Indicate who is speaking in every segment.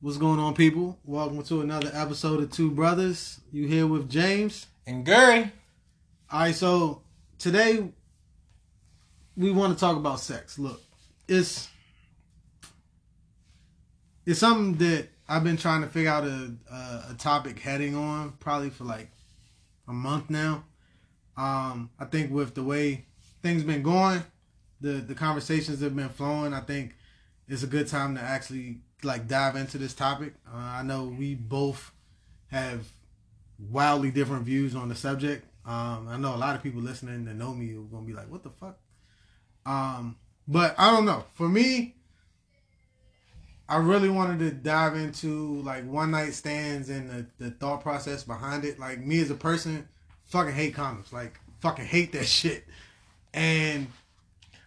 Speaker 1: What's going on, people? Welcome to another episode of Two Brothers. You here with James.
Speaker 2: And Gary.
Speaker 1: All right, so today we want to talk about sex. Look, it's it's something that I've been trying to figure out a a, a topic heading on probably for like a month now. Um, I think with the way things been going, the the conversations have been flowing. I think it's a good time to actually like dive into this topic. Uh, I know we both have wildly different views on the subject. Um, I know a lot of people listening that know me are gonna be like, "What the fuck?" Um, but I don't know. For me, I really wanted to dive into like one night stands and the, the thought process behind it. Like me as a person, fucking hate condoms. Like fucking hate that shit. And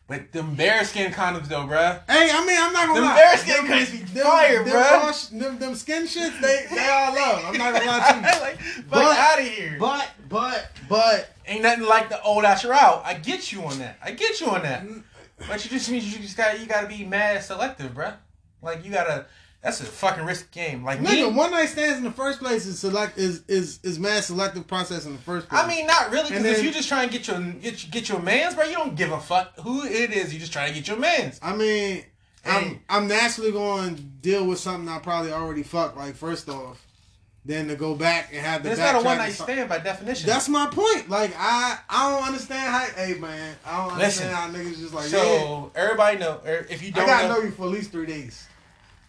Speaker 2: But them bear skin condoms though, bruh.
Speaker 1: hey, I mean, I'm not gonna
Speaker 2: Them
Speaker 1: lie.
Speaker 2: bear skin condoms be fire,
Speaker 1: them,
Speaker 2: bruh.
Speaker 1: raw sh- them, them skin shits, they, they all love. I'm not gonna lie to
Speaker 2: like, fuck
Speaker 1: But-
Speaker 2: out of here.
Speaker 1: you. But, but, but,
Speaker 2: Ain't nothing like the old out. I get you on that. I get you on that.
Speaker 1: Mm.
Speaker 2: But you just means you just got you gotta be mad selective, bruh. Like you gotta. That's a fucking risk game. Like me,
Speaker 1: nigga, one night stands in the first place is select is is is mad selective process in the first place.
Speaker 2: I mean, not really. Because
Speaker 1: And
Speaker 2: if
Speaker 1: then-
Speaker 2: you just try and get your get, your- get your man's, bro, you don't give a fuck who it is. You just try to get your man's.
Speaker 1: I mean, I'm
Speaker 2: Hey.
Speaker 1: I'm naturally going to deal with something I probably already fucked. Like first off, then to go back and have the
Speaker 2: It's not a
Speaker 1: backtrack
Speaker 2: one
Speaker 1: and
Speaker 2: night
Speaker 1: start-
Speaker 2: stand by definition.
Speaker 1: That's my point. Like I I don't understand how. Hey man, I don't
Speaker 2: Listen.
Speaker 1: understand how niggas just like. yeah,
Speaker 2: so everybody know. er, If you
Speaker 1: I
Speaker 2: don't
Speaker 1: gotta
Speaker 2: know,
Speaker 1: know you for at least three days.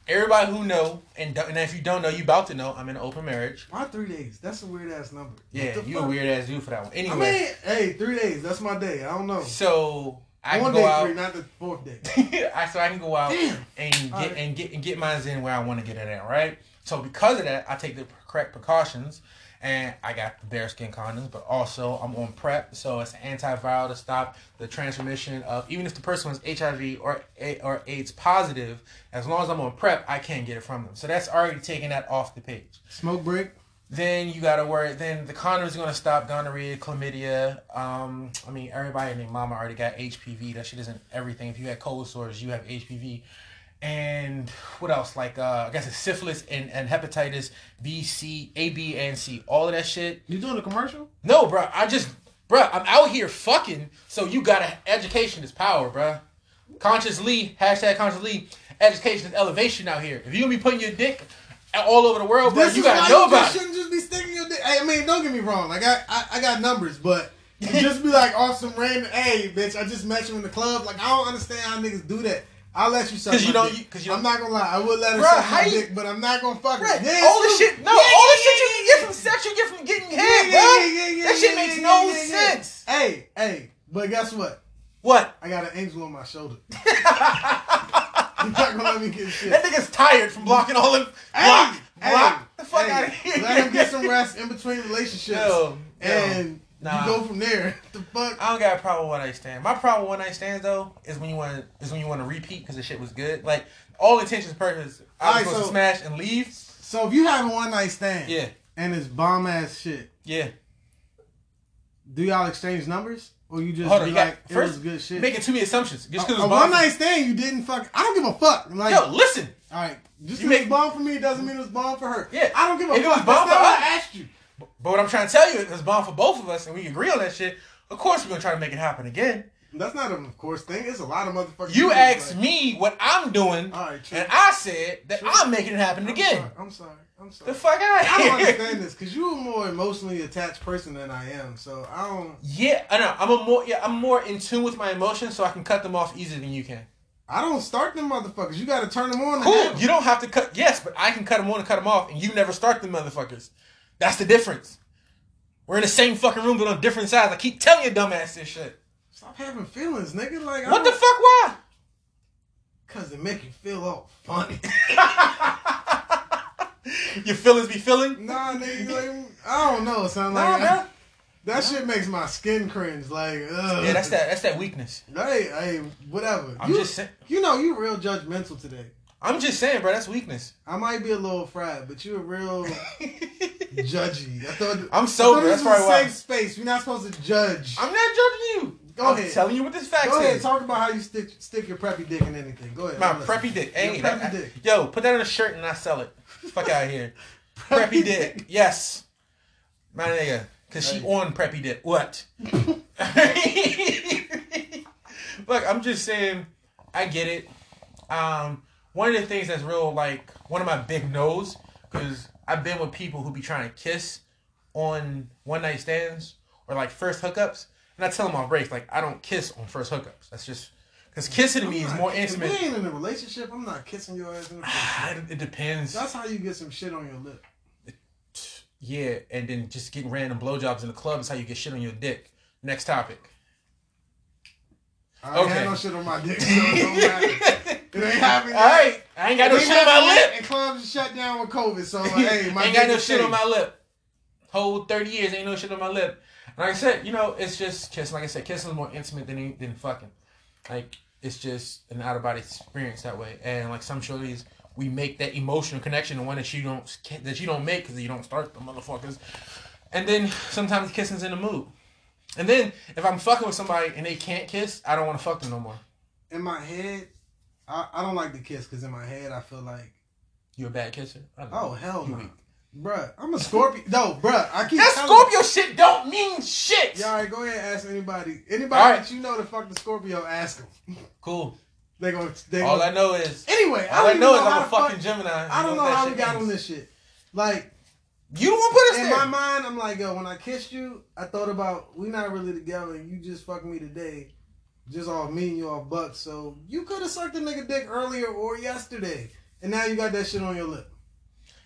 Speaker 2: everybody who know and, don't- and if you don't know, you about to know. I'm in an open marriage.
Speaker 1: Why three days? That's a weird ass number. What
Speaker 2: Yeah,
Speaker 1: the
Speaker 2: you a
Speaker 1: fuck?
Speaker 2: weird ass dude for that one.
Speaker 1: I
Speaker 2: Anyway,
Speaker 1: mean, hey, three days. That's my day. I don't know.
Speaker 2: so I
Speaker 1: One day
Speaker 2: can go out.
Speaker 1: free, not the fourth day.
Speaker 2: I so I can go out
Speaker 1: Damn.
Speaker 2: and get
Speaker 1: Alright.
Speaker 2: and get and get mine in where I want to get it at, right? So because of that, I take the correct precautions, and I got the bearskin condoms, but also I'm on prep, so it's antiviral to stop the transmission of even if the person was HIV or A- or AIDS positive, as long as I'm on prep, I can't get it from them. So that's already taking that off the page
Speaker 1: Smoke break.
Speaker 2: then you gotta worry. Then the condom is gonna stop gonorrhea, chlamydia. Um, I mean, everybody and their mama already got HPV. That shit isn't everything. If you had cold sores, you have HPV. And what else? Like, uh, I guess it's syphilis and, and hepatitis B, C, A, B, and C. All of that shit.
Speaker 1: You doing a commercial?
Speaker 2: No, bruh, I just, bruh, I'm out here fucking. So you gotta, education is power, bruh. Consciously, hashtag consciously, education is elevation out here. If you gonna be putting your dick all over the world, bruh,
Speaker 1: This
Speaker 2: you
Speaker 1: is why
Speaker 2: gotta know
Speaker 1: you
Speaker 2: about
Speaker 1: just
Speaker 2: it.
Speaker 1: shouldn't just be sticking your dick. Hey, I mean, don't get me wrong. Like I, I, I got numbers, but you just be like off some random. Hey, bitch, I just met you in the club. Like I don't understand how niggas do that. I'll let you suck
Speaker 2: 'Cause you
Speaker 1: my
Speaker 2: don't-
Speaker 1: dick.
Speaker 2: you- 'cause you
Speaker 1: I'm not gonna lie. I would let her
Speaker 2: Bruh,
Speaker 1: suck
Speaker 2: how
Speaker 1: my
Speaker 2: you-
Speaker 1: dick, but I'm not gonna fuck her.
Speaker 2: Right.
Speaker 1: Yeah,
Speaker 2: all the
Speaker 1: it's true.
Speaker 2: shit, no,
Speaker 1: Yeah,
Speaker 2: all the
Speaker 1: yeah,
Speaker 2: shit you
Speaker 1: yeah,
Speaker 2: can
Speaker 1: yeah.
Speaker 2: get from sex, you get from getting head,
Speaker 1: Yeah,
Speaker 2: bruh.
Speaker 1: yeah, yeah, yeah,
Speaker 2: that shit
Speaker 1: yeah,
Speaker 2: makes
Speaker 1: yeah,
Speaker 2: no
Speaker 1: yeah, yeah.
Speaker 2: sense.
Speaker 1: Hey, hey, but guess what?
Speaker 2: What?
Speaker 1: I got an angel on my shoulder. You're not gonna let me get shit.
Speaker 2: That nigga's tired from blocking all them.
Speaker 1: Hey,
Speaker 2: block,
Speaker 1: hey,
Speaker 2: block the fuck
Speaker 1: hey,
Speaker 2: out of here.
Speaker 1: Let him get some rest in between relationships,
Speaker 2: No, no,
Speaker 1: and
Speaker 2: nah.
Speaker 1: you go from there. the fuck?
Speaker 2: I don't got a problem with one night stand. My problem with one night stands though is when you want is when you want to repeat because the shit was good. Like all intentions purpose. I was
Speaker 1: Alright,
Speaker 2: supposed
Speaker 1: so-
Speaker 2: to smash and leave.
Speaker 1: So if you have a one night stand,
Speaker 2: Yeah,
Speaker 1: and it's bomb ass shit,
Speaker 2: yeah.
Speaker 1: do y'all exchange numbers, or you just
Speaker 2: Hold on,
Speaker 1: be
Speaker 2: you got-
Speaker 1: like, it
Speaker 2: first,
Speaker 1: was good shit?
Speaker 2: Making too many assumptions. Just
Speaker 1: a
Speaker 2: because
Speaker 1: a one night stand, you didn't fuck. I don't give a fuck. Like,
Speaker 2: Yo, listen.
Speaker 1: all right, just
Speaker 2: you
Speaker 1: because it's
Speaker 2: make-
Speaker 1: bomb for me doesn't mean it's bomb for her.
Speaker 2: Yeah.
Speaker 1: I don't give a
Speaker 2: If it
Speaker 1: fuck.
Speaker 2: was
Speaker 1: That's
Speaker 2: bomb
Speaker 1: not
Speaker 2: for
Speaker 1: what
Speaker 2: us-
Speaker 1: I asked you.
Speaker 2: But what I'm trying to tell you is bomb for both of us, and we agree on that shit. Of course, we're gonna try to make it happen again.
Speaker 1: That's not an of course thing. It's a lot of motherfuckers.
Speaker 2: You
Speaker 1: do this,
Speaker 2: asked
Speaker 1: like-
Speaker 2: me what I'm doing,
Speaker 1: All right, true.
Speaker 2: and I said that
Speaker 1: True.
Speaker 2: I'm making it happen
Speaker 1: I'm
Speaker 2: again.
Speaker 1: sorry, I'm sorry. I'm sorry.
Speaker 2: The fuck out
Speaker 1: I don't
Speaker 2: here.
Speaker 1: understand this because you're a more emotionally attached person than I am. So I don't.
Speaker 2: Yeah, I know. I'm a more yeah, I'm more in tune with my emotions, so I can cut them off easier than you can.
Speaker 1: I don't start them motherfuckers. You got to turn them on. to
Speaker 2: Cool.
Speaker 1: have
Speaker 2: You don't have to cut. Yes, but I can cut them on and cut them off, and you never start them motherfuckers. That's the difference. We're in the same fucking room, but on different sides. I keep telling you, dumbass, this shit.
Speaker 1: Stop having feelings, nigga. Like
Speaker 2: What the fuck? Why?
Speaker 1: Because they make you feel all funny.
Speaker 2: Your feelings be feeling?
Speaker 1: nah, nigga. Like, I don't know. Son.
Speaker 2: Nah,
Speaker 1: Like
Speaker 2: man.
Speaker 1: that shit makes my skin cringe. Like, ugh.
Speaker 2: Yeah, that's that. That's that weakness.
Speaker 1: Hey, hey, whatever.
Speaker 2: I'm
Speaker 1: you,
Speaker 2: just saying.
Speaker 1: you know, you real judgmental today.
Speaker 2: I'm just saying, bro. That's weakness.
Speaker 1: I might be a little fried, but you a real judgy. I thought
Speaker 2: I'm sober,
Speaker 1: I thought
Speaker 2: that's
Speaker 1: this was
Speaker 2: probably why.
Speaker 1: a safe space. We're not supposed to judge.
Speaker 2: I'm not judging you.
Speaker 1: Go
Speaker 2: I'm
Speaker 1: ahead.
Speaker 2: telling you what this fact
Speaker 1: Go ahead.
Speaker 2: is.
Speaker 1: Talk about how you stick stick your preppy dick in anything. Go ahead.
Speaker 2: My
Speaker 1: I'm listening.
Speaker 2: preppy dick.
Speaker 1: Your
Speaker 2: Hey,
Speaker 1: preppy
Speaker 2: that-
Speaker 1: dick.
Speaker 2: Yo, put that on a shirt and I sell it. Fuck out of here. Preppy dick. Yes. My nigga. Cause she
Speaker 1: Hey.
Speaker 2: on preppy dick. What? Look, I'm just saying, I get it. Um, one of the things that's real, like, one of my big no's, because I've been with people who be trying to kiss on one night stands or like first hookups, and I tell them on race, like, I don't kiss on first hookups. That's just because kissing to me is
Speaker 1: I'm
Speaker 2: more
Speaker 1: not- if
Speaker 2: intimate.
Speaker 1: We ain't in a relationship. I'm not kissing your ass in the face.
Speaker 2: Ah, it depends.
Speaker 1: That's how you get some shit on your lip.
Speaker 2: Yeah, and then just getting random blowjobs in the club is how you get shit on your dick. Next topic.
Speaker 1: I ain't
Speaker 2: Okay.
Speaker 1: had no shit on my dick, so it don't matter. It ain't happening.
Speaker 2: All right, I ain't got no
Speaker 1: It ain't
Speaker 2: shit on my
Speaker 1: happening
Speaker 2: lip.
Speaker 1: yet, And clubs shut down with COVID, so like, hey, my
Speaker 2: ain't got
Speaker 1: dick
Speaker 2: no
Speaker 1: is
Speaker 2: shit
Speaker 1: safe.
Speaker 2: on my lip. Whole thirty years ain't no shit on my lip. And like I said, you know, it's just kissing. Like I said, kissing is more intimate than than fucking. Like it's just an out of body experience that way. And like some shorties, we make that emotional connection, the one that you don't that you don't make because you don't start the motherfuckers. And then sometimes kissing's in the mood. And then if I'm fucking with somebody and they can't kiss, I don't want to fuck them no more.
Speaker 1: In my head, I, I don't like to kiss because in my head I feel like,
Speaker 2: You a bad kisser? I know.
Speaker 1: oh hell
Speaker 2: You
Speaker 1: no,
Speaker 2: weak.
Speaker 1: bruh. I'm a Scorpio. no, bruh. I keep
Speaker 2: That
Speaker 1: telling-
Speaker 2: Hmm. Scorpio shit don't mean shit.
Speaker 1: Yeah, all right, go ahead and ask anybody. Anybody
Speaker 2: All right.
Speaker 1: that you know to fuck the Scorpio, ask them.
Speaker 2: Cool.
Speaker 1: They gonna. They
Speaker 2: All
Speaker 1: gonna
Speaker 2: I know is
Speaker 1: anyway, I
Speaker 2: All
Speaker 1: don't
Speaker 2: I
Speaker 1: even
Speaker 2: know
Speaker 1: know
Speaker 2: is
Speaker 1: how
Speaker 2: I'm a
Speaker 1: to fuck-
Speaker 2: fucking Gemini.
Speaker 1: I don't
Speaker 2: You
Speaker 1: know
Speaker 2: what that
Speaker 1: how we
Speaker 2: shit
Speaker 1: got on
Speaker 2: means.
Speaker 1: this shit. Like
Speaker 2: You don't want to put us
Speaker 1: in
Speaker 2: there.
Speaker 1: my mind, I'm like, yo, when I kissed you, I thought about we not really together. and You just fucked me today, just all me and you all bucks. So you could have sucked a nigga dick earlier or yesterday, and now you got that shit on your lip.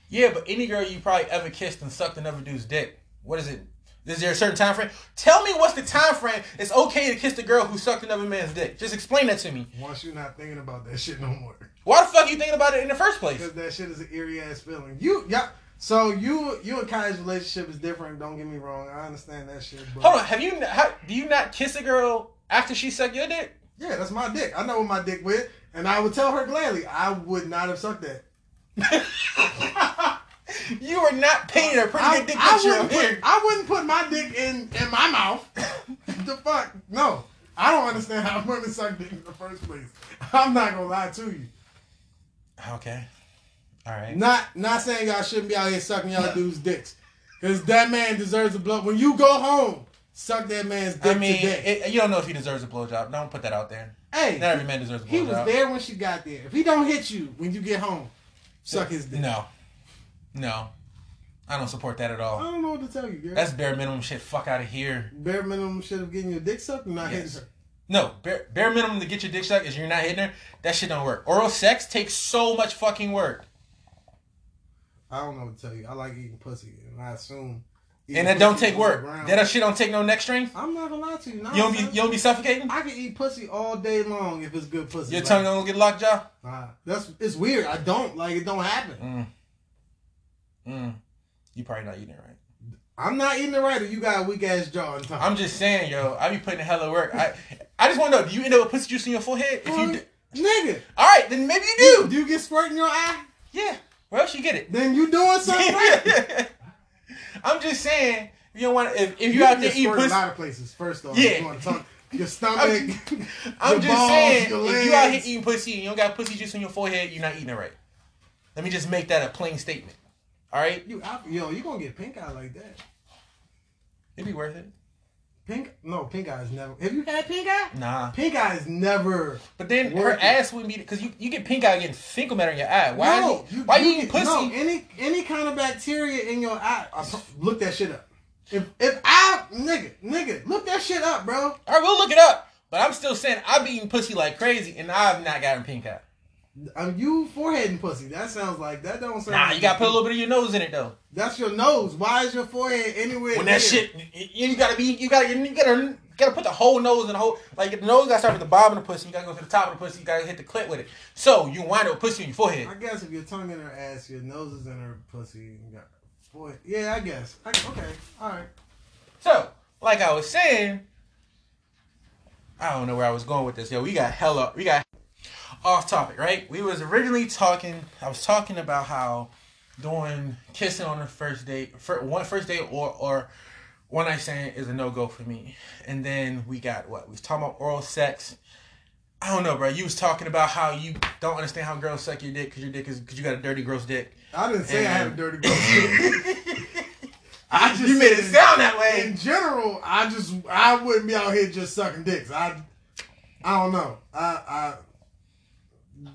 Speaker 2: yeah, but any girl you probably ever kissed and sucked another dude's dick. What is it? Is there a certain time frame? Tell me what's the time frame. It's okay to kiss the girl who sucked another man's dick. Just explain that to me.
Speaker 1: Once you're not thinking about that shit no more,
Speaker 2: Why the fuck you thinking about it in the first place?
Speaker 1: because that shit is an eerie ass feeling. You, yeah. So you, you and Kai's relationship is different. Don't get me wrong. I understand that shit. But
Speaker 2: Hold on. Have you? How, do you not kiss a girl after she sucked your dick?
Speaker 1: Yeah, that's my dick. I know what my dick with, and I would tell her gladly I would not have sucked that.
Speaker 2: You are not painting a pretty
Speaker 1: I,
Speaker 2: good dick
Speaker 1: I
Speaker 2: picture
Speaker 1: wouldn't
Speaker 2: up
Speaker 1: put,
Speaker 2: here.
Speaker 1: I wouldn't put my dick in in my mouth. the fuck? No. I don't understand how women suck dick in the first place. I'm not gonna lie to you.
Speaker 2: Okay. All right.
Speaker 1: Not not saying y'all shouldn't be out here sucking y'all dudes' dicks. Cause that man deserves a blow. When you go home, suck that man's
Speaker 2: I
Speaker 1: dick
Speaker 2: mean,
Speaker 1: today.
Speaker 2: it, you don't know if he deserves a blowjob. Don't put that out there.
Speaker 1: hey,
Speaker 2: Not every man deserves a blowjob.
Speaker 1: he was there when she got there. If he don't hit you when you get home, suck his dick.
Speaker 2: No. No. I don't support that at
Speaker 1: I
Speaker 2: all.
Speaker 1: don't know what to tell you, girl.
Speaker 2: That's bare minimum shit. Fuck out of here.
Speaker 1: bare minimum shit of getting your dick sucked and not
Speaker 2: Yes.
Speaker 1: hitting her.
Speaker 2: No, bare, bare minimum to get your dick sucked is you're not hitting her. That shit don't work. Oral sex takes so much fucking work.
Speaker 1: I don't know what to tell you. I like eating pussy, and I assume.
Speaker 2: And it don't take work. That shit don't take no neck strength.
Speaker 1: I'm not gonna lie to you. Nah,
Speaker 2: You don't be
Speaker 1: son.
Speaker 2: you don't be suffocating.
Speaker 1: I can eat pussy all day long if it's good pussy.
Speaker 2: Your
Speaker 1: Like,
Speaker 2: tongue don't get lockjaw.
Speaker 1: Nah, that's it's weird. I don't like it. Don't happen.
Speaker 2: Mm. Mm. You probably not eating it right.
Speaker 1: I'm not eating it right, or you got a weak ass jaw and tongue.
Speaker 2: I'm just saying, yo, I be putting in hella work. I I just want to know, do you end up with pussy juice in your forehead? If you do,
Speaker 1: nigga,
Speaker 2: all right, then maybe you
Speaker 1: you
Speaker 2: do.
Speaker 1: do you get squirt in your eye?
Speaker 2: Yeah. Where else you get it?
Speaker 1: Then you doing something. right.
Speaker 2: I'm just saying, if you don't want if, if you
Speaker 1: get
Speaker 2: out there eat
Speaker 1: squirt in
Speaker 2: pussy,
Speaker 1: a lot of places. First off,
Speaker 2: Yeah.
Speaker 1: you want tongue, your stomach.
Speaker 2: I'm
Speaker 1: your
Speaker 2: just
Speaker 1: balls,
Speaker 2: saying,
Speaker 1: your
Speaker 2: if you out here
Speaker 1: legs.
Speaker 2: eating pussy and you don't got pussy juice on your forehead, you're not eating it right. Let me just make that a plain statement. All right,
Speaker 1: you out- yo, you gonna get pink eye like that?
Speaker 2: it'd be worth it.
Speaker 1: Pink? No, pink eye is never. Have you had pink eye?
Speaker 2: Nah,
Speaker 1: Pink eye is never.
Speaker 2: but then
Speaker 1: Worth
Speaker 2: her
Speaker 1: it.
Speaker 2: ass wouldn't be because you, you get pink eye getting fecal matter in your eye. Why?
Speaker 1: No,
Speaker 2: you, why you, eating
Speaker 1: get-
Speaker 2: pussy?
Speaker 1: No, any any kind of bacteria in your eye. I pro- look that shit up. If if I nigga nigga look that shit up, bro.
Speaker 2: All right, we'll look it up. But I'm still saying I've been eating pussy like crazy and I've not gotten pink eye.
Speaker 1: Um, you forehead and pussy. That sounds like that don't sound.
Speaker 2: Nah,
Speaker 1: like
Speaker 2: you gotta put a little bit of your nose in it though.
Speaker 1: That's your nose. Why is your forehead anywhere?
Speaker 2: when that
Speaker 1: near?
Speaker 2: shit you, you gotta be you gotta you gotta you gotta put the whole nose in the whole like the nose gotta start with the bottom of the pussy you gotta go to the top of the pussy you gotta hit the clit with it so you wind up with pussy on your forehead
Speaker 1: I guess if your tongue in her ass, your nose is in her pussy. You got boy. Yeah, I guess. I, okay. All right.
Speaker 2: so like I was saying I don't know where I was going with this yo we got hella we got off topic right we was originally talking I was talking about how doing kissing on the first date for one first date or or one night stand is a no go for me. And then we got what? We was talking about oral sex. I don't know, bro. You was talking about how you don't understand how girls suck your dick because your dick is because you got a dirty, gross dick.
Speaker 1: I didn't say I
Speaker 2: And-
Speaker 1: have a dirty girl. I just
Speaker 2: you made it
Speaker 1: said-
Speaker 2: sound that way.
Speaker 1: in general, I just I wouldn't be out here just sucking dicks. I I don't know. I I.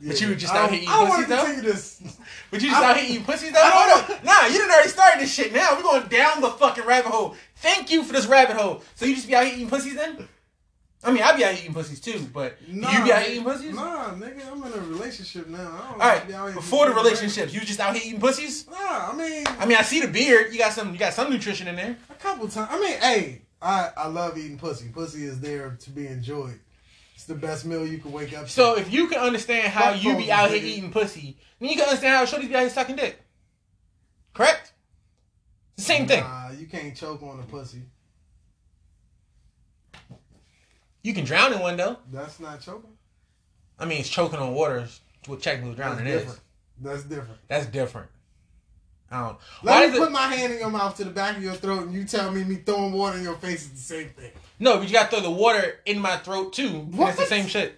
Speaker 2: But you were just
Speaker 1: I
Speaker 2: out
Speaker 1: don't-
Speaker 2: here eating
Speaker 1: I don't
Speaker 2: pussy,
Speaker 1: wanna
Speaker 2: though?
Speaker 1: continue this.
Speaker 2: But you just
Speaker 1: I-
Speaker 2: out here eating pussies though?
Speaker 1: I don't
Speaker 2: Hold on. Nah, you done already started this shit now. We're going down the fucking rabbit hole. Thank you for this rabbit hole. So you just be out here eating pussies then? I mean, I be out here eating pussies too, but you be out here eating pussies?
Speaker 1: Nah, nigga, I'm in a relationship now. I don't
Speaker 2: All right,
Speaker 1: be out here
Speaker 2: before the
Speaker 1: just-
Speaker 2: relationship, you just out here eating pussies?
Speaker 1: Nah, I mean,
Speaker 2: I mean, I see the beard. You got some. You got some nutrition in there.
Speaker 1: a couple times. I mean, hey, I I love eating pussy. Pussy is there to be enjoyed. It's the best meal you can wake up.
Speaker 2: So
Speaker 1: to.
Speaker 2: if you can understand how
Speaker 1: Fuck
Speaker 2: you be
Speaker 1: poses,
Speaker 2: out here
Speaker 1: nigga.
Speaker 2: eating pussy, then you can understand how shorties be out here sucking dick. Correct? It's the same thing.
Speaker 1: Nah, you can't choke on a pussy.
Speaker 2: You can drown in one though.
Speaker 1: That's not choking.
Speaker 2: I mean, it's choking on water. is What technically drowning
Speaker 1: That's
Speaker 2: is.
Speaker 1: different. That's different.
Speaker 2: That's different. I don't.
Speaker 1: Let
Speaker 2: Why
Speaker 1: me
Speaker 2: is
Speaker 1: put
Speaker 2: it?
Speaker 1: my hand in your mouth to the back of your throat, and you tell me me throwing water in your face is the same thing.
Speaker 2: No, but you got to throw the water in my throat too. and It's the
Speaker 1: What?
Speaker 2: same shit.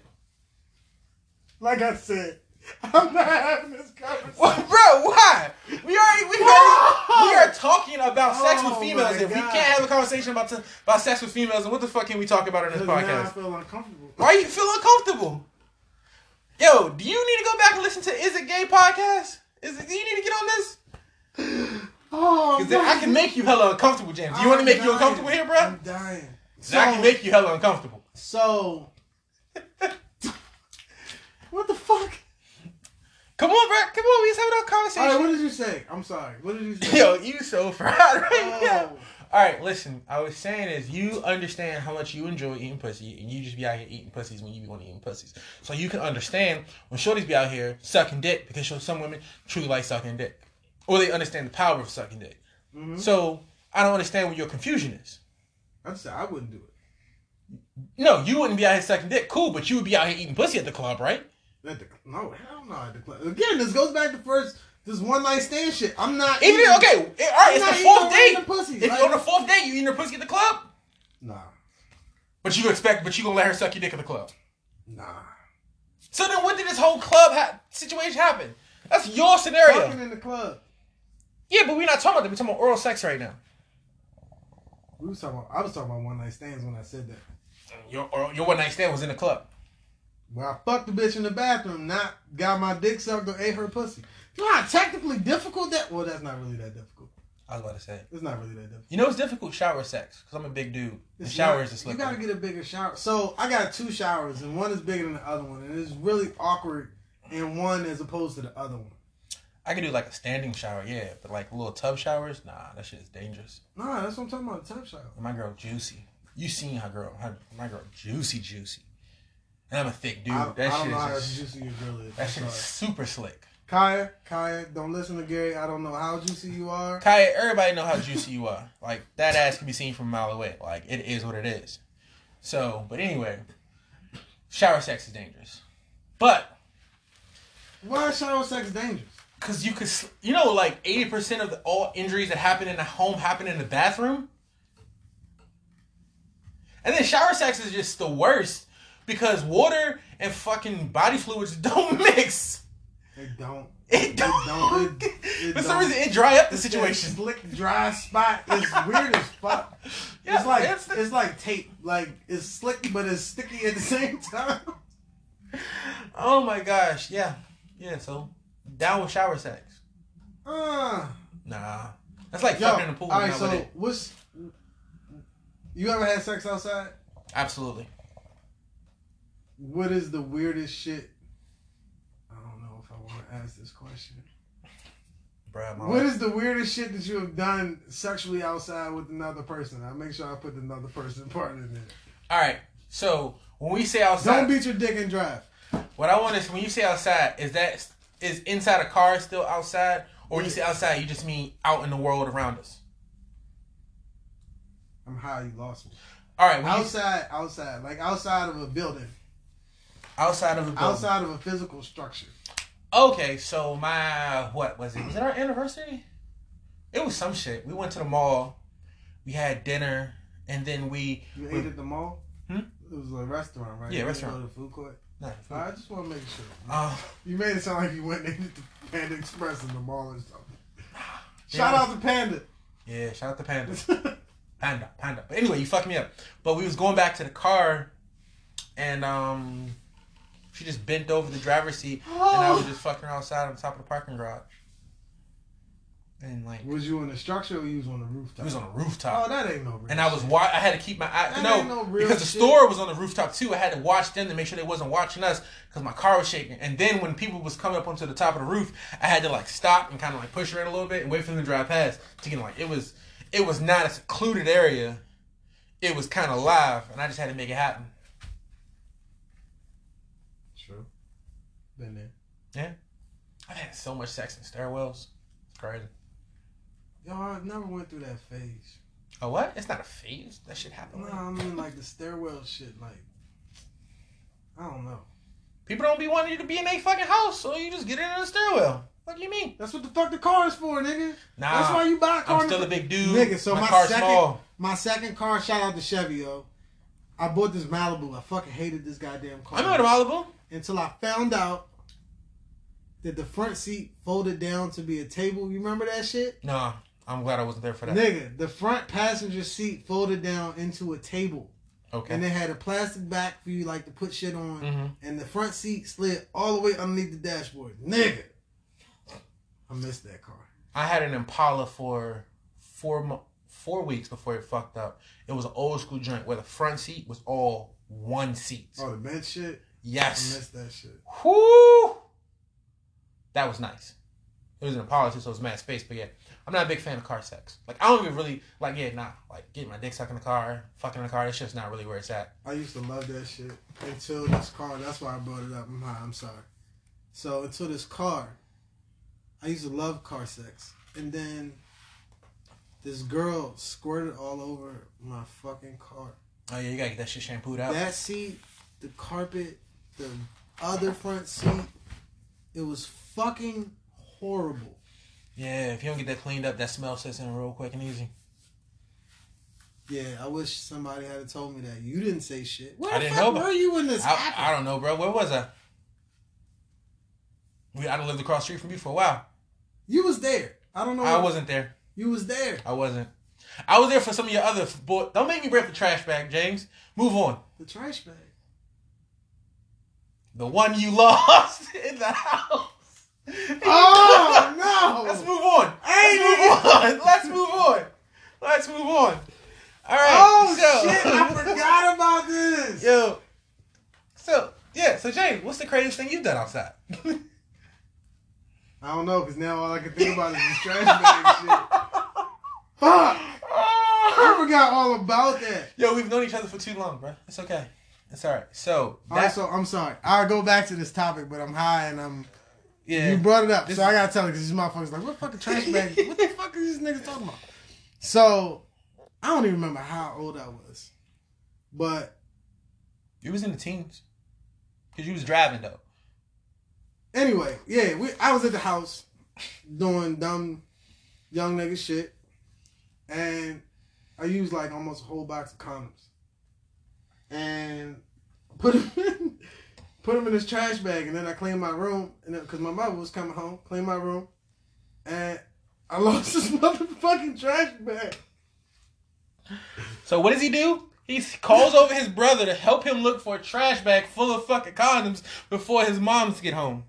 Speaker 1: Like I said, I'm not having this conversation.
Speaker 2: Well, bro, why? We already we already, we are talking about sex with
Speaker 1: Oh,
Speaker 2: females.
Speaker 1: my
Speaker 2: If we
Speaker 1: God.
Speaker 2: can't have a conversation about t- about sex with females, then what the fuck can we talk about on this
Speaker 1: 'Cause now I
Speaker 2: podcast?
Speaker 1: feel uncomfortable.
Speaker 2: Why you feel uncomfortable? Yo, do you need to go back and listen to Is It Gay podcast? Is it, do you need to get on this?
Speaker 1: Oh, I'm
Speaker 2: Because I can make you hella uncomfortable, James. Do you want to
Speaker 1: I'm
Speaker 2: make you
Speaker 1: dying.
Speaker 2: uncomfortable here, bro?
Speaker 1: I'm dying. So,
Speaker 2: I can make you hella uncomfortable.
Speaker 1: so. what the fuck?
Speaker 2: Come on, bro. Come on, we just having
Speaker 1: All
Speaker 2: a
Speaker 1: right,
Speaker 2: conversation.
Speaker 1: what did you say? I'm sorry. What did you say?
Speaker 2: Yo, you so fried right now.
Speaker 1: Oh.
Speaker 2: All right, listen. I was saying is you understand how much you enjoy eating pussy, and you just be out here eating pussies when you be want to eating pussies. So you can understand when shorties be out here sucking dick because show- some women truly like sucking dick, or they understand the power of sucking dick.
Speaker 1: Mm-hmm.
Speaker 2: So I don't understand what your confusion is.
Speaker 1: I said I wouldn't do it
Speaker 2: No, you wouldn't be out here sucking dick, cool, but you would be out here eating pussy at the club, right?
Speaker 1: At the- no, hell no. At the club. Again, this goes back to first this one night stand shit. I'm not
Speaker 2: Even
Speaker 1: eating-
Speaker 2: if- okay, it- all
Speaker 1: I'm
Speaker 2: right, it's
Speaker 1: not
Speaker 2: the
Speaker 1: eating
Speaker 2: fourth
Speaker 1: no
Speaker 2: date.
Speaker 1: random pussy,
Speaker 2: If
Speaker 1: like-
Speaker 2: you're on the fourth date, you eating a pussy at the club,
Speaker 1: Nah,
Speaker 2: but you expect, but you gonna let her suck your dick at the club.
Speaker 1: nah.
Speaker 2: So then, when did this whole club ha- situation happen? That's your scenario.
Speaker 1: Fucking in the club.
Speaker 2: Yeah, but we're not talking about that. We're talking about oral sex right now.
Speaker 1: We was talking. About, I was talking about one night stands when I said that.
Speaker 2: Your oral- your one night stand was in the club.
Speaker 1: Where I fucked the bitch in the bathroom, not got my dick sucked or ate her pussy. You know how technically difficult that? Well, that's not really that difficult.
Speaker 2: I was about to say.
Speaker 1: It's not really that difficult.
Speaker 2: You know, it's difficult shower sex because I'm a big dude. The
Speaker 1: It's
Speaker 2: shower
Speaker 1: not-
Speaker 2: is a
Speaker 1: You gotta
Speaker 2: slippery.
Speaker 1: get a bigger shower. So I got two showers, and one is bigger than the other one, and it's really awkward in one as opposed to the other one.
Speaker 2: I could do like a standing shower, yeah, but like little tub showers, nah, that shit is dangerous.
Speaker 1: Nah, that's what I'm talking about. The tub shower.
Speaker 2: My girl juicy. You seen her girl? her- my girl juicy, juicy. And I'm a thick dude.
Speaker 1: I,
Speaker 2: that
Speaker 1: I don't
Speaker 2: shit
Speaker 1: know how
Speaker 2: is just,
Speaker 1: juicy your girl is.
Speaker 2: that
Speaker 1: I'm
Speaker 2: shit is
Speaker 1: sorry.
Speaker 2: super slick.
Speaker 1: Kaya, Kaya, don't listen to Gary. I don't know how juicy you are.
Speaker 2: Kaya, everybody know how juicy you are. Like that ass can be seen from a mile away. Like it is what it is. So, but anyway, shower sex is dangerous. But
Speaker 1: Why is shower sex dangerous?
Speaker 2: Cause you could, sl- you know, like eighty percent of the, all injuries that happen in the home happen in the bathroom. And then shower sex is just the worst because water and fucking body fluids don't mix.
Speaker 1: They don't.
Speaker 2: It don't.
Speaker 1: don't. It- it
Speaker 2: For some
Speaker 1: don't.
Speaker 2: reason, it dry up the
Speaker 1: It's
Speaker 2: situation.
Speaker 1: that Slick, dry spot. It's weird as fuck.
Speaker 2: Yeah,
Speaker 1: it's like
Speaker 2: it's
Speaker 1: it's,
Speaker 2: the-
Speaker 1: like tape. Like it's slick but it's sticky at the same time.
Speaker 2: Oh my gosh, yeah, yeah. So down with shower sex.
Speaker 1: Uh,
Speaker 2: Nah, that's like
Speaker 1: yo,
Speaker 2: fucking in the pool.
Speaker 1: all right.
Speaker 2: not with
Speaker 1: So
Speaker 2: it.
Speaker 1: what's you ever had sex outside?
Speaker 2: Absolutely.
Speaker 1: What is the weirdest shit? I don't know if I want to ask this question.
Speaker 2: Bruh, my
Speaker 1: What is the weirdest shit that you have done sexually outside with another person? I make sure I put the another person part in there.
Speaker 2: all right. So when we say outside,
Speaker 1: Don't beat your dick and drive.
Speaker 2: What I want is when you say outside, is that is inside a car still outside, or when you say outside, you just mean out in the world around us?
Speaker 1: I'm how you lost me.
Speaker 2: All right, when you-
Speaker 1: Outside, outside, like outside of a building,
Speaker 2: outside of the building.
Speaker 1: outside of a physical structure.
Speaker 2: Okay, so my what was it? Was it our anniversary? It was some shit. We went to the mall. we had dinner, and then we
Speaker 1: You
Speaker 2: we-
Speaker 1: ate at the mall?
Speaker 2: Hmm?
Speaker 1: It was a restaurant, right? You
Speaker 2: Yeah,
Speaker 1: didn't
Speaker 2: restaurant.
Speaker 1: Go to the food court.
Speaker 2: nah,
Speaker 1: I just want to make sure.
Speaker 2: uh,
Speaker 1: You made it sound like you went and ate at the Panda Express in the mall or something. Shout out to Panda.
Speaker 2: yeah. Shout out to Panda. Panda, panda. But anyway, you fucked me up. But we was going back to the car, and um, she just bent over the driver's seat, and I was just fucking her outside on top of the parking garage. And like,
Speaker 1: was you in the structure or you was on the
Speaker 2: we
Speaker 1: rooftop?
Speaker 2: was on the rooftop,
Speaker 1: Oh, that ain't no real
Speaker 2: and I was
Speaker 1: shit.
Speaker 2: wa- I had to keep my eye.
Speaker 1: That
Speaker 2: No,
Speaker 1: ain't no real
Speaker 2: because the
Speaker 1: shit.
Speaker 2: store was on the rooftop too. I had to watch them to make sure they wasn't watching us because my car was shaking. And then when people was coming up onto the top of the roof, I had to like stop and kind of like push her in a little bit and wait for them to drive past. To get like it was, it was not a secluded area. It was kind of live, and I just had to make it happen.
Speaker 1: True. Been there.
Speaker 2: I've had so much sex in stairwells. It's crazy.
Speaker 1: Yo, I never went through that phase.
Speaker 2: Oh what? It's not a phase. That shit happened.
Speaker 1: No, I mean like the stairwell shit. Like, I don't know.
Speaker 2: People don't be wanting you to be in their fucking house, so you just get in the stairwell. What do you mean?
Speaker 1: That's what the fuck the car is for, nigga.
Speaker 2: Nah,
Speaker 1: That's why you buy a car.
Speaker 2: I'm still a big dude.
Speaker 1: Nigga, so my
Speaker 2: car's
Speaker 1: second- My second car, shout out to Chevy, yo. I bought this Malibu. I fucking hated this goddamn car.
Speaker 2: I remember the Malibu.
Speaker 1: until I found out that the front seat folded down to be a table. You remember that shit?
Speaker 2: Nah, I'm glad I wasn't there for that.
Speaker 1: Nigga, the front passenger seat folded down into a table.
Speaker 2: Okay.
Speaker 1: And it had a plastic back for you like to put shit on.
Speaker 2: hmm
Speaker 1: And the front seat slid all the way underneath the dashboard. Nigga. I missed that car.
Speaker 2: I had an Impala for four mo- four weeks before it fucked up. It was an old school joint where the front seat was all one seat.
Speaker 1: Oh, the bench shit? I
Speaker 2: Yes.
Speaker 1: missed that shit.
Speaker 2: Whoo! That was nice. It was an Impala too, so it was mad space. But yeah, I'm not a big fan of car sex. Like I don't even really like. Yeah, nah. Like getting my dick sucked in the car, fucking in the car. That's just not really where it's at.
Speaker 1: I used to love that shit until this car. That's why I brought it up. I'm high. I'm sorry. So until this car, I used to love car sex, and then this girl squirted all over my fucking car.
Speaker 2: Oh yeah, you gotta get that shit shampooed out.
Speaker 1: That seat, the carpet, the other front seat, it was fucking horrible.
Speaker 2: yeah, if you don't get that cleaned up, that smell sits in real quick and easy.
Speaker 1: Yeah, I wish somebody had told me that. You didn't say shit. Where
Speaker 2: I
Speaker 1: the
Speaker 2: didn't
Speaker 1: fuck
Speaker 2: know about-
Speaker 1: were you when this
Speaker 2: I,
Speaker 1: happened?
Speaker 2: I don't know, bro. Where was I? We, I done lived across the street from you for a while.
Speaker 1: you was there. I don't know.
Speaker 2: I
Speaker 1: why-
Speaker 2: wasn't there.
Speaker 1: You was there.
Speaker 2: I wasn't. I was there for some of your other f- boy. Don't make me break the trash bag, James. Move on.
Speaker 1: The trash bag.
Speaker 2: The one you lost in the house.
Speaker 1: Oh no!
Speaker 2: Let's move on.
Speaker 1: Hey,
Speaker 2: Let's move on. Let's move on. Let's move on. All right.
Speaker 1: Oh
Speaker 2: so-
Speaker 1: shit! I forgot about this.
Speaker 2: Yo. So yeah. So James, what's the craziest thing you've done outside?
Speaker 1: I don't know, cause now all I can think about is this trash bag and shit. Fuck! I forgot all about that.
Speaker 2: Yo, we've known each other for too long, bro. It's okay. It's all right. So that's
Speaker 1: Also, I'm sorry. I'll go back to this topic, but I'm high and I'm.
Speaker 2: yeah.
Speaker 1: You brought it up,
Speaker 2: This
Speaker 1: so
Speaker 2: is-
Speaker 1: I gotta tell it because these motherfuckers like, what fucking trash bag? what the fuck is this nigga talking about? So, I don't even remember how old I was, but
Speaker 2: You was in the teens. Cause you was driving though.
Speaker 1: anyway, yeah, we I was at the house doing dumb young nigga shit, and I used like almost a whole box of condoms, and put them in, put them in this trash bag, and then I cleaned my room, and because my mother was coming home, cleaned my room, and I lost this motherfucking trash bag.
Speaker 2: So what does he do? He s- calls over his brother to help him look for a trash bag full of fucking condoms before his moms get home.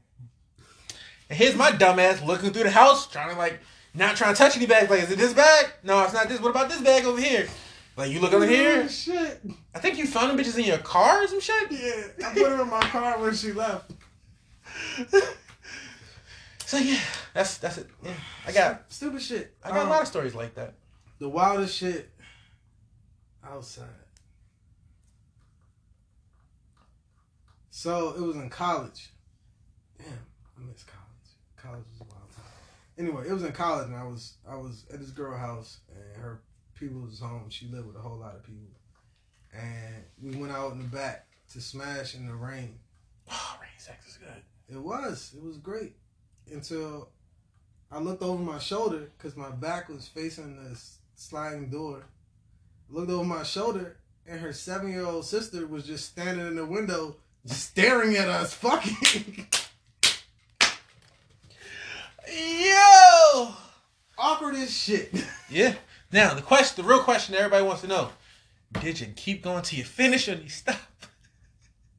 Speaker 2: And here's my dumbass looking through the house, trying to like not trying to touch any bags. Like, is it this bag? No, it's not this. What about this bag over here? Like you look over
Speaker 1: Oh,
Speaker 2: here.
Speaker 1: shit.
Speaker 2: I think you found them bitches in your car or some shit.
Speaker 1: Yeah, I put them in my car when she left.
Speaker 2: So yeah, that's that's it. Yeah, I got
Speaker 1: stupid shit.
Speaker 2: I got a lot of stories like that.
Speaker 1: the wildest shit outside. So it was in college. Damn, I miss college. College was a wild time. Anyway, it was in college, and I was I was at this girl house, and her people was home. She lived with a whole lot of people, and we went out in the back to smash in the rain.
Speaker 2: Oh, rain sex is good.
Speaker 1: It was. It was great. Until I looked over my shoulder because my back was facing the s- sliding door looked over my shoulder, and her seven year old sister was just standing in the window, staring at us, fucking
Speaker 2: Yo.
Speaker 1: awkward as shit.
Speaker 2: Yeah. Now the question, the real question everybody wants to know: Did you keep going till you finish, or did you stop?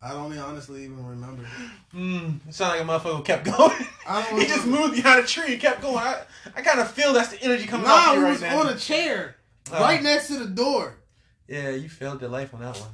Speaker 1: I don't even honestly even remember.
Speaker 2: Mm, it sounded like a motherfucker who kept going.
Speaker 1: Hmm. I don't
Speaker 2: he just
Speaker 1: remember.
Speaker 2: moved behind a tree and kept going. I, I kind of feel that's the energy coming
Speaker 1: Nah,
Speaker 2: off
Speaker 1: we
Speaker 2: you right
Speaker 1: was
Speaker 2: now.
Speaker 1: on a chair
Speaker 2: Oh.
Speaker 1: right next to the door.
Speaker 2: yeah, you failed your life on that one.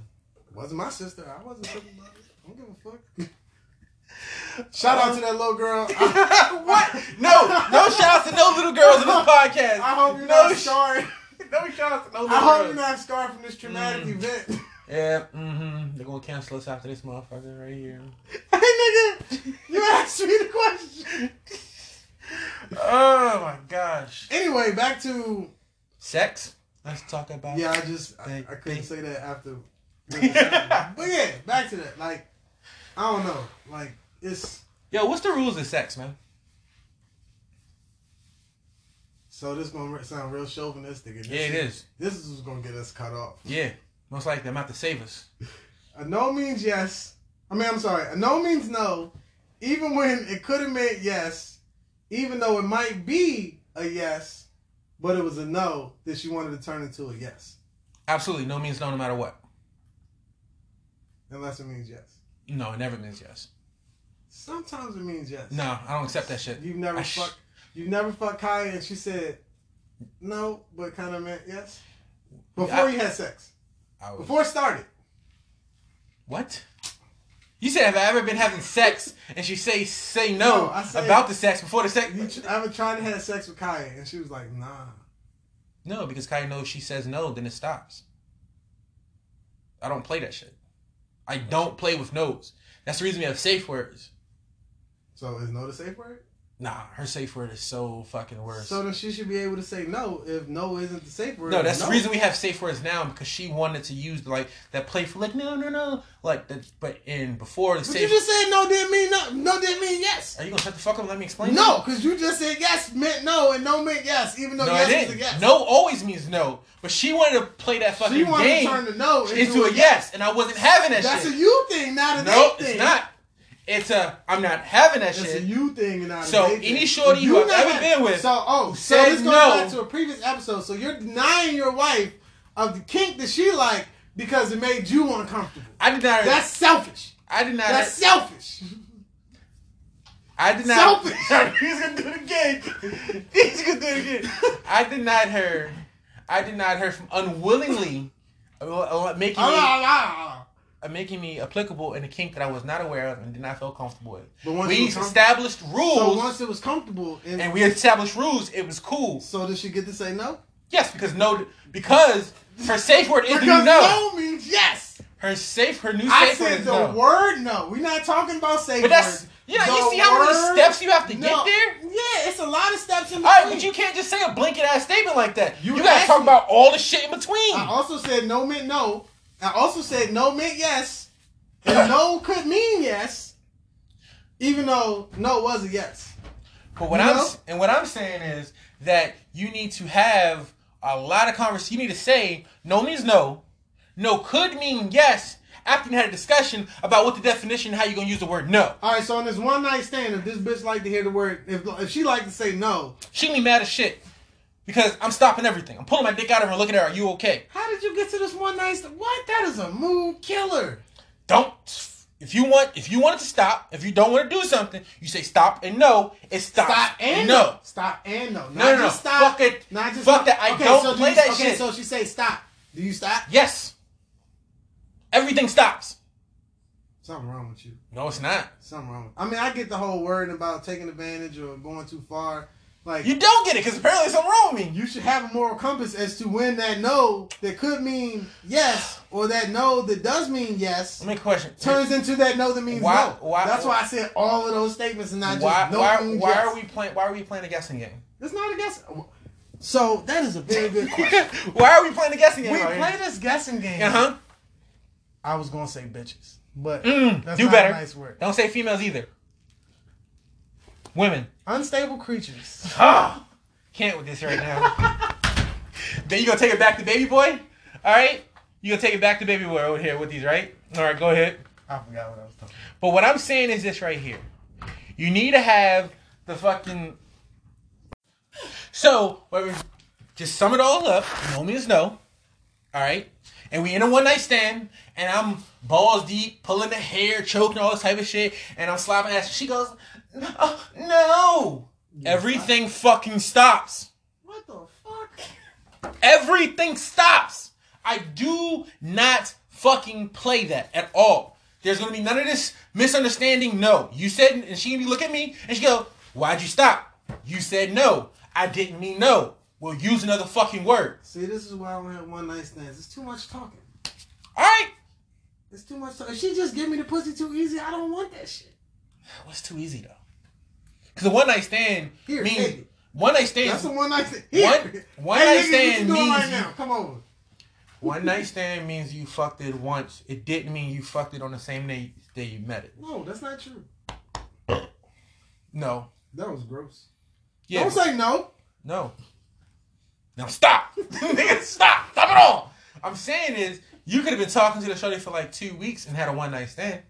Speaker 1: Wasn't my sister. I wasn't tripping about it. I don't give a fuck. Shout out to that little girl. I,
Speaker 2: what? No, no shouts to no little girls in this podcast.
Speaker 1: I hope you're
Speaker 2: no
Speaker 1: not scarred.
Speaker 2: sh- no shouts to no little
Speaker 1: I hope you're
Speaker 2: girls.
Speaker 1: not scarred from this traumatic
Speaker 2: Mm.
Speaker 1: event.
Speaker 2: Yeah, mm-hmm. They're gonna cancel us after this motherfucker right here.
Speaker 1: hey, nigga, you asked me the question.
Speaker 2: Oh my gosh.
Speaker 1: Anyway, back to
Speaker 2: Sex. Let's talk about.
Speaker 1: yeah. I just I,
Speaker 2: Thank-
Speaker 1: I couldn't
Speaker 2: thank-
Speaker 1: say that after. but yeah, back to that. Like I don't know. Like it's
Speaker 2: Yo, what's the rules of sex, man?
Speaker 1: so this gonna re- sound real chauvinistic. and This
Speaker 2: Yeah, it is.
Speaker 1: This is what's gonna get us cut off.
Speaker 2: Yeah, most likely I'm out to save us.
Speaker 1: A no means yes. I mean, I'm sorry. A no means no. Even when it could have meant yes, even though it might be a yes, but it was a no that you wanted to turn into a yes,
Speaker 2: Absolutely, no means no, no matter what.
Speaker 1: unless it means yes.
Speaker 2: No, it never means yes.
Speaker 1: Sometimes it means yes.
Speaker 2: No, I don't accept that shit.
Speaker 1: You've never
Speaker 2: I sh-
Speaker 1: fucked. You've never fucked Kaya, and she said no, but kind of meant yes. Before
Speaker 2: I-
Speaker 1: you had sex,
Speaker 2: I was-
Speaker 1: before it started.
Speaker 2: What? You said have I ever been having sex and she say say no,
Speaker 1: No, I said-
Speaker 2: about the sex before the sex?
Speaker 1: You tr- ever tried to have sex with Kaya, and she was like, nah.
Speaker 2: no, because Kai knows if she says no, then it stops. I don't play that shit. I don't play with no's. That's the reason we have safe words.
Speaker 1: So is no the safe word?
Speaker 2: Nah, her safe word is so fucking worse.
Speaker 1: So then she should be able to say no if no isn't the safe word.
Speaker 2: No, that's the reason we have safe words now because she wanted to use like that playful, like no, no, no, like that. But in before the
Speaker 1: But you
Speaker 2: safe,
Speaker 1: just said no didn't mean no. No didn't mean yes.
Speaker 2: are you gonna shut the fuck up? and Let me explain.
Speaker 1: No, because you just said yes meant no and no meant yes, even though
Speaker 2: no, I
Speaker 1: yes
Speaker 2: didn't.
Speaker 1: is a yes.
Speaker 2: No always means no, but she wanted to play that fucking
Speaker 1: she wanted
Speaker 2: game
Speaker 1: to turn the no into,
Speaker 2: into a yes, and I wasn't having that
Speaker 1: That's
Speaker 2: shit.
Speaker 1: a you thing, not an
Speaker 2: no,
Speaker 1: they thing.
Speaker 2: it's not. It's a I'm not having that
Speaker 1: That's a
Speaker 2: shit.
Speaker 1: you thing, and not
Speaker 2: So,
Speaker 1: a they thing.
Speaker 2: any shorty who
Speaker 1: You
Speaker 2: I've
Speaker 1: not-
Speaker 2: ever been with
Speaker 1: So oh, so
Speaker 2: said
Speaker 1: this goes
Speaker 2: no.
Speaker 1: back to a previous episode. So you're denying your wife of the kink that she liked because it made you uncomfortable.
Speaker 2: I did not.
Speaker 1: That's selfish.
Speaker 2: I did not.
Speaker 1: That's selfish.
Speaker 2: I did not.
Speaker 1: selfish.
Speaker 2: He's gonna do it again. He's gonna do it again. I denied her. I denied her from unwillingly uh, uh, making
Speaker 1: Ah,
Speaker 2: me
Speaker 1: ah, ah, ah.
Speaker 2: uh, making me applicable in a kink that I was not aware of and did not feel comfortable with.
Speaker 1: But once
Speaker 2: we
Speaker 1: you become-
Speaker 2: established rules,
Speaker 1: So once it was comfortable, and,
Speaker 2: and we established rules. It was cool.
Speaker 1: so did she get to say no?
Speaker 2: Yes, because no, because her safe word is the new no.
Speaker 1: Because no means yes.
Speaker 2: Her safe, her new
Speaker 1: I
Speaker 2: safe word
Speaker 1: said
Speaker 2: is
Speaker 1: the
Speaker 2: no.
Speaker 1: word no. We're not talking about safe
Speaker 2: But that's
Speaker 1: word.
Speaker 2: yeah.
Speaker 1: The
Speaker 2: You see how
Speaker 1: word
Speaker 2: many steps you have to
Speaker 1: no.
Speaker 2: get there.
Speaker 1: Yeah, it's a lot of steps in between.
Speaker 2: All right, but you can't just say a blanket ass statement like that.
Speaker 1: You
Speaker 2: You, gotta
Speaker 1: asked
Speaker 2: talk
Speaker 1: me.
Speaker 2: about all the shit in between.
Speaker 1: I also said no meant no. I also said no meant yes. And no could mean yes, even though no was a yes.
Speaker 2: But what
Speaker 1: You
Speaker 2: I'm
Speaker 1: know?
Speaker 2: s- and what I'm saying is that you need to have a lot of conversation. You need to say no means no, no could mean yes. After you had a discussion about what the definition, how you gonna use the word no.
Speaker 1: All right, so on this one night stand, if this bitch like to hear the word, if, if she like to say no,
Speaker 2: She gonna be mad as shit because I'm stopping everything. I'm pulling my dick out of her, and looking at her. Are you okay?
Speaker 1: how did you get to this one night stand? What? That is a mood killer.
Speaker 2: Don't. If you want, if you want it to stop, if you don't want to do something, you say stop and no. It stops.
Speaker 1: Stop and no.
Speaker 2: no.
Speaker 1: Stop and no. Not
Speaker 2: No, no, no.
Speaker 1: just stop.
Speaker 2: Fuck it.
Speaker 1: Not just
Speaker 2: Fuck
Speaker 1: no.
Speaker 2: that. I don't
Speaker 1: so do
Speaker 2: play
Speaker 1: you,
Speaker 2: that
Speaker 1: okay,
Speaker 2: shit.
Speaker 1: so she say stop. Do you stop?
Speaker 2: Yes. Everything stops.
Speaker 1: Something wrong with you.
Speaker 2: No, it's not.
Speaker 1: Something wrong. With I mean, I get the whole word about taking advantage or going too far. Like you,
Speaker 2: You don't get it because apparently something wrong with me.
Speaker 1: should have a moral compass as to when that no that could mean yes or that no that does mean yes
Speaker 2: Let me ask you a question.
Speaker 1: turns into that no that means
Speaker 2: Why-
Speaker 1: no.
Speaker 2: why-
Speaker 1: That's why I said all of those statements and not just
Speaker 2: why
Speaker 1: no
Speaker 2: why,
Speaker 1: means
Speaker 2: why
Speaker 1: yes.
Speaker 2: are we playing why are we playing a guessing game?
Speaker 1: It's not a guess. So that is a very good question.
Speaker 2: why are we playing a guessing
Speaker 1: we
Speaker 2: game?
Speaker 1: play this guessing game.
Speaker 2: Uh huh.
Speaker 1: I was gonna say bitches, but
Speaker 2: Mm,
Speaker 1: that's
Speaker 2: do
Speaker 1: not
Speaker 2: better.
Speaker 1: a nice word.
Speaker 2: Don't say females either. Women.
Speaker 1: Unstable creatures.
Speaker 2: Ah, can't with this right now. then you gonna take it back to baby boy? All right, you gonna take it back to baby wear over here with these, right? All right, go ahead.
Speaker 1: I forgot what I was talking.
Speaker 2: But what I'm saying is this right here. You need to have the fucking. So, what we- just sum it all up. No means no. All right? And we in a one night stand, and I'm balls deep, pulling the hair, choking, all this type of shit, and I'm slapping ass. She goes, oh, no! Everything fucking stops.
Speaker 3: What the fuck?
Speaker 2: Everything stops. I do not fucking play that at all. There's gonna be none of this misunderstanding. No, you said, and she gonna be look at me and she go, "Why'd you stop?" You said no. I didn't mean no. We'll use another fucking word.
Speaker 1: See, this is why I don't have one night stands. It's too much talking.
Speaker 2: All right.
Speaker 1: It's too much. Talk- if she just give me the pussy too easy, I don't want that shit.
Speaker 2: What's too easy though? Because a one night stand
Speaker 1: Here,
Speaker 2: means
Speaker 1: take it.
Speaker 2: one night stand.
Speaker 1: That's the one night stand.
Speaker 2: One- one night stand
Speaker 1: What you doing
Speaker 2: means
Speaker 1: right
Speaker 2: you-
Speaker 1: now? Come over.
Speaker 2: one night stand means you fucked it once. It didn't mean you fucked it on the same day that you met it.
Speaker 1: No, that's not true.
Speaker 2: No.
Speaker 1: That was gross.
Speaker 2: Yeah.
Speaker 1: Don't say no.
Speaker 2: No. Now stop. Nigga, stop. Stop it all. I'm saying is you could have been talking to the shorty for like two weeks and had a one night stand.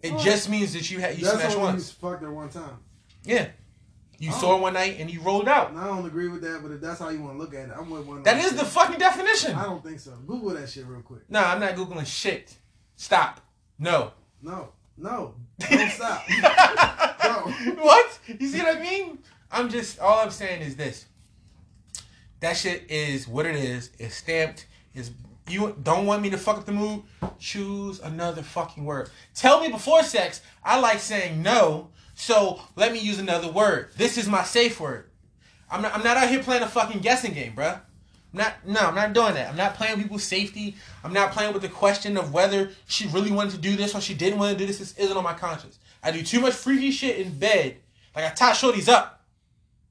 Speaker 2: It
Speaker 1: Well,
Speaker 2: just means that you had you
Speaker 1: Oh. that's
Speaker 2: smashed
Speaker 1: only
Speaker 2: once.
Speaker 1: you fucked at one time.
Speaker 2: Yeah. You
Speaker 1: Oh.
Speaker 2: saw her one night and you rolled out.
Speaker 1: And I don't agree with that, but if that's how you want to look at it, I'm with one.
Speaker 2: That
Speaker 1: night
Speaker 2: is the
Speaker 1: stand.
Speaker 2: fucking definition.
Speaker 1: I don't think so. Google that shit real quick.
Speaker 2: No, I'm not googling shit. Stop. No.
Speaker 1: No, no, don't stop. No.
Speaker 2: What? You see what I mean? I'm just all I'm saying is this. That shit is what it is. It's stamped. It's you don't want me to fuck up the mood? Choose another fucking word. Tell me before sex, I like saying no, so let me use another word. This is my safe word. I'm not, I'm not out here playing a fucking guessing game, bruh. I'm not no, I'm not doing that. I'm not playing with people's safety. I'm not playing with the question of whether she really wanted to do this or she didn't want to do this. This isn't on my conscience. I do too much freaky shit in bed. Like I tie shorties up,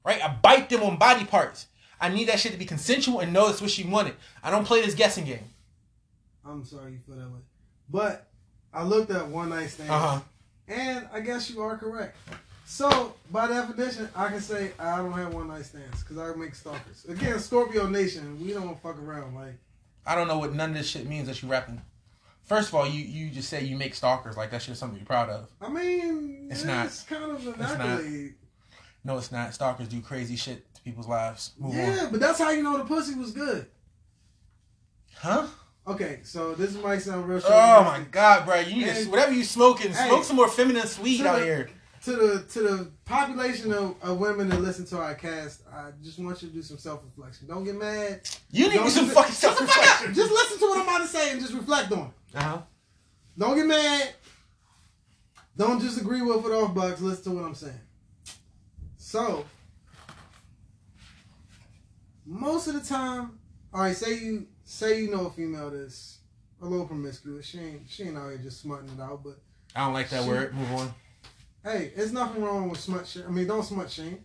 Speaker 2: right? I bite them on body parts. I need that shit to be consensual and know that's what she wanted. I don't play this guessing game.
Speaker 1: I'm sorry you feel that way, but I looked at one night stands,
Speaker 2: Uh huh.
Speaker 1: and I guess you are correct. So by definition, I can say I don't have one night stands because I make stalkers. Again, Scorpio Nation, we don't fuck around. Like
Speaker 2: I don't know what none of this shit means that you rapping. First of all, you you just say you make stalkers like that shit's something you're proud of.
Speaker 1: I mean,
Speaker 2: It's
Speaker 1: it's,
Speaker 2: not.
Speaker 1: kind of an
Speaker 2: It's not.
Speaker 1: accolade.
Speaker 2: No, it's not. Stalkers do crazy shit to people's lives. Move
Speaker 1: Yeah,
Speaker 2: on.
Speaker 1: but that's how you know the pussy was good.
Speaker 2: Huh?
Speaker 1: Okay, so this might sound real.
Speaker 2: Oh my
Speaker 1: chauvinistic.
Speaker 2: god, bro! You need to,
Speaker 1: Hey.
Speaker 2: whatever you smoking,
Speaker 1: Hey.
Speaker 2: smoke some more feminine weed
Speaker 1: To
Speaker 2: out
Speaker 1: the-
Speaker 2: here.
Speaker 1: to the to the population of, of women that listen to our cast, I just want you to do some self reflection. Don't get mad.
Speaker 2: You need
Speaker 1: Don't
Speaker 2: some
Speaker 1: do-
Speaker 2: fucking
Speaker 1: Shut
Speaker 2: self
Speaker 1: the fuck
Speaker 2: reflection.
Speaker 1: up. Just listen to what I'm about to say and just reflect on it.
Speaker 2: Uh huh.
Speaker 1: Don't get mad. Don't just agree with it off bucks. Listen to what I'm saying. So most of the time, all right. Say you say you know a female that's a little promiscuous. She ain't she ain't out here just smutting it out, but
Speaker 2: I don't like that
Speaker 1: Shit.
Speaker 2: word. Move on.
Speaker 1: hey, it's nothing wrong with smut. Sh- I mean, don't smut shame.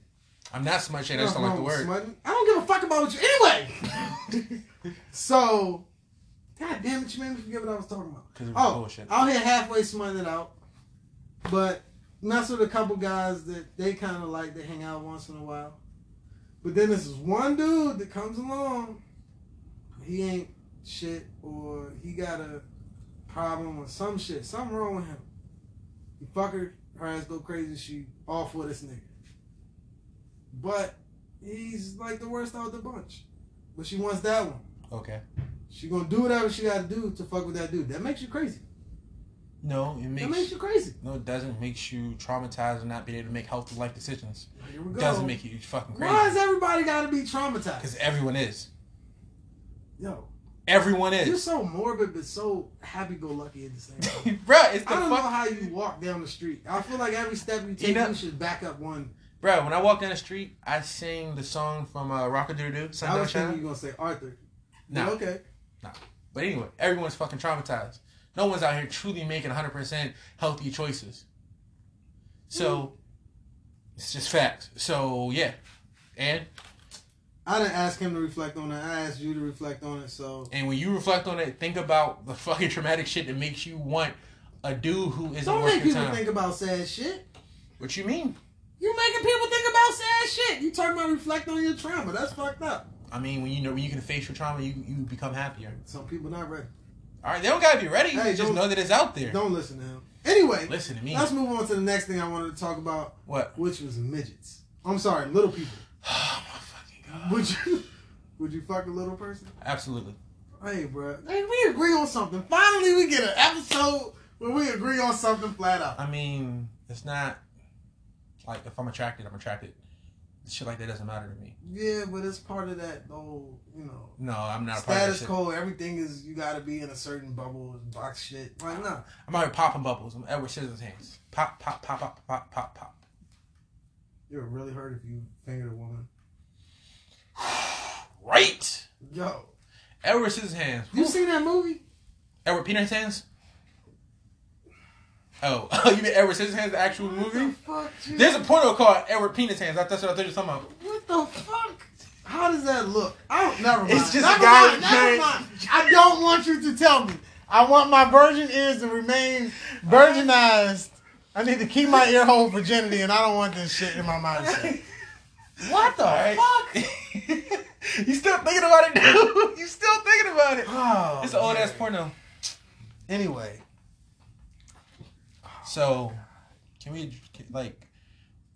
Speaker 2: I'm not smart shit. I just don't like the word.
Speaker 1: Smutting. I don't give a fuck about what you anyway. so, god damn it, you made me forget what I was talking about.
Speaker 2: 'Cause it was
Speaker 1: Oh,
Speaker 2: bullshit.
Speaker 1: out here halfway smutting it out, but mess with a couple guys that they kind of like to hang out once in a while. But then this is one dude that comes along. He ain't shit, or he got a problem or some shit. Something wrong with him. You fuck her, her ass go crazy. She off with this nigga. But he's like the worst out of the bunch. But she wants that one.
Speaker 2: Okay.
Speaker 1: She gonna do whatever she gotta do to fuck with that dude. That makes you crazy.
Speaker 2: No, it
Speaker 1: that
Speaker 2: makes,
Speaker 1: makes you crazy.
Speaker 2: no, it doesn't makes you traumatized and not being able to make healthy life decisions.
Speaker 1: Here we
Speaker 2: It
Speaker 1: go.
Speaker 2: doesn't make you fucking
Speaker 1: Why is
Speaker 2: crazy.
Speaker 1: everybody gotta be traumatized?
Speaker 2: Because everyone is.
Speaker 1: Yo,
Speaker 2: Everyone
Speaker 1: you're
Speaker 2: is.
Speaker 1: so morbid but so happy-go-lucky at the same time.
Speaker 2: Bruh, it's the
Speaker 1: I don't know
Speaker 2: fuck.
Speaker 1: how you walk down the street. I feel like every step you take, you,
Speaker 2: know-
Speaker 1: should back up one.
Speaker 2: Bruh, when I walk down the street, I sing the song from uh, Rockadoo Doo,
Speaker 1: I
Speaker 2: Sundown
Speaker 1: was thinking
Speaker 2: Shadow.
Speaker 1: you were gonna say Arthur.
Speaker 2: No.
Speaker 1: But Okay.
Speaker 2: But anyway, everyone's fucking traumatized. No one's out here truly making 100% healthy choices.
Speaker 1: Hmm.
Speaker 2: So, it's just facts. So, yeah. And
Speaker 1: I didn't ask him to reflect on it. I asked you to reflect on it. So
Speaker 2: and when you reflect on it, think about the fucking traumatic shit that makes you want a dude who isn't
Speaker 1: don't
Speaker 2: worth
Speaker 1: make
Speaker 2: your
Speaker 1: people
Speaker 2: time.
Speaker 1: think about sad shit.
Speaker 2: what you mean?
Speaker 1: You making people think about sad shit. You talking about reflect on your trauma. That's fucked up.
Speaker 2: I mean, when you know when you can face your trauma, you you become happier.
Speaker 1: Some people not ready.
Speaker 2: All right, they don't gotta be ready.
Speaker 1: Hey,
Speaker 2: just
Speaker 1: don't-
Speaker 2: know that it's out there.
Speaker 1: Don't listen to him. Anyway,
Speaker 2: Listen to me.
Speaker 1: let's move on to the next thing I wanted to talk about,
Speaker 2: What?
Speaker 1: which was midgets. I'm sorry, little people.
Speaker 2: Oh my fucking god!
Speaker 1: Would you would you fuck a little person?
Speaker 2: Absolutely.
Speaker 1: Hey, bro. Hey, we agree on something. Finally, we get an episode where we agree on something flat out.
Speaker 2: I mean, it's not like if I'm attracted, I'm attracted. Shit like that doesn't matter to me.
Speaker 1: Yeah, but it's part of that whole, you know,
Speaker 2: No, I'm not a part of that
Speaker 1: status
Speaker 2: shit.
Speaker 1: quo. Everything is you gotta be in a certain bubble, box shit. Like, nah.
Speaker 2: I'm out here popping bubbles. I'm Edward Scissorhands. Pop, pop, pop, pop, pop, pop, pop.
Speaker 1: You're really hurt if you fingered a woman.
Speaker 2: Right.
Speaker 1: Yo,
Speaker 2: Edward Scissorhands.
Speaker 1: you seen that movie?
Speaker 2: Edward Peanut Hands? Oh, you mean Edward Scissorhands, the actual
Speaker 1: What the
Speaker 2: movie?
Speaker 1: fuck? G?
Speaker 2: There's a porno called Edward Peanut Hands. That's what I thought you were talking about.
Speaker 1: What the fuck? How does that look? I don't. Never mind.
Speaker 2: It's just a
Speaker 1: never
Speaker 2: guy
Speaker 1: mind,
Speaker 2: with
Speaker 1: never
Speaker 2: dreads.
Speaker 1: mind. I don't want you to tell me. I want my virgin ears to remain virginized. I need to keep my ear hole virginity, and I don't want this shit in my mindset. What the fuck?
Speaker 2: you still thinking about it now? you still thinking about it?
Speaker 1: Oh,
Speaker 2: It's an old ass
Speaker 1: man.
Speaker 2: porno.
Speaker 1: Anyway,
Speaker 2: So, can we can- like,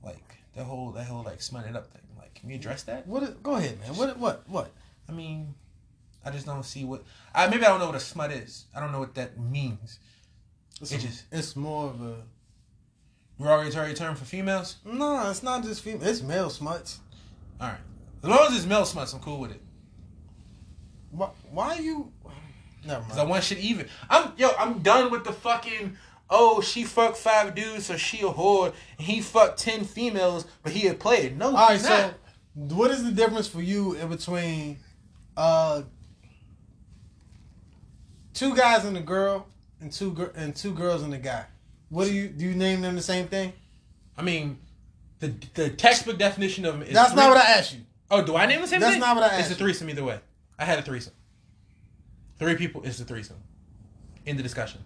Speaker 2: like the whole that whole like smut it up thing? Like, can we address that?
Speaker 1: what? Is, go ahead, man. What? What? What?
Speaker 2: I mean, I just don't see what. I maybe I don't know what a smut is. I don't know what that means.
Speaker 1: It's,
Speaker 2: It just-
Speaker 1: it's more of a
Speaker 2: We already already term for females.
Speaker 1: no. It's not just female. It's male smuts.
Speaker 2: All right, as long as it's male smuts, I'm cool with it.
Speaker 1: Why? Why are you? Never
Speaker 2: Cause I
Speaker 1: mind.
Speaker 2: want shit even. I'm yo. I'm done with the fucking. Oh, she fucked five dudes, so she a whore. And he fucked ten females, but he a player. No,
Speaker 1: All right.
Speaker 2: he's
Speaker 1: So,
Speaker 2: not.
Speaker 1: what is the difference for you in between uh two guys and a girl and two gir- and two girls and a guy? What do you do? You name them the same thing?
Speaker 2: I mean, the the textbook definition of 'em is
Speaker 1: That's
Speaker 2: three-
Speaker 1: not what I asked you.
Speaker 2: Oh, do I name the same
Speaker 1: That's
Speaker 2: thing?
Speaker 1: not what I asked
Speaker 2: It's a
Speaker 1: you.
Speaker 2: threesome either way. I had a threesome. Three people is a threesome. End the discussion.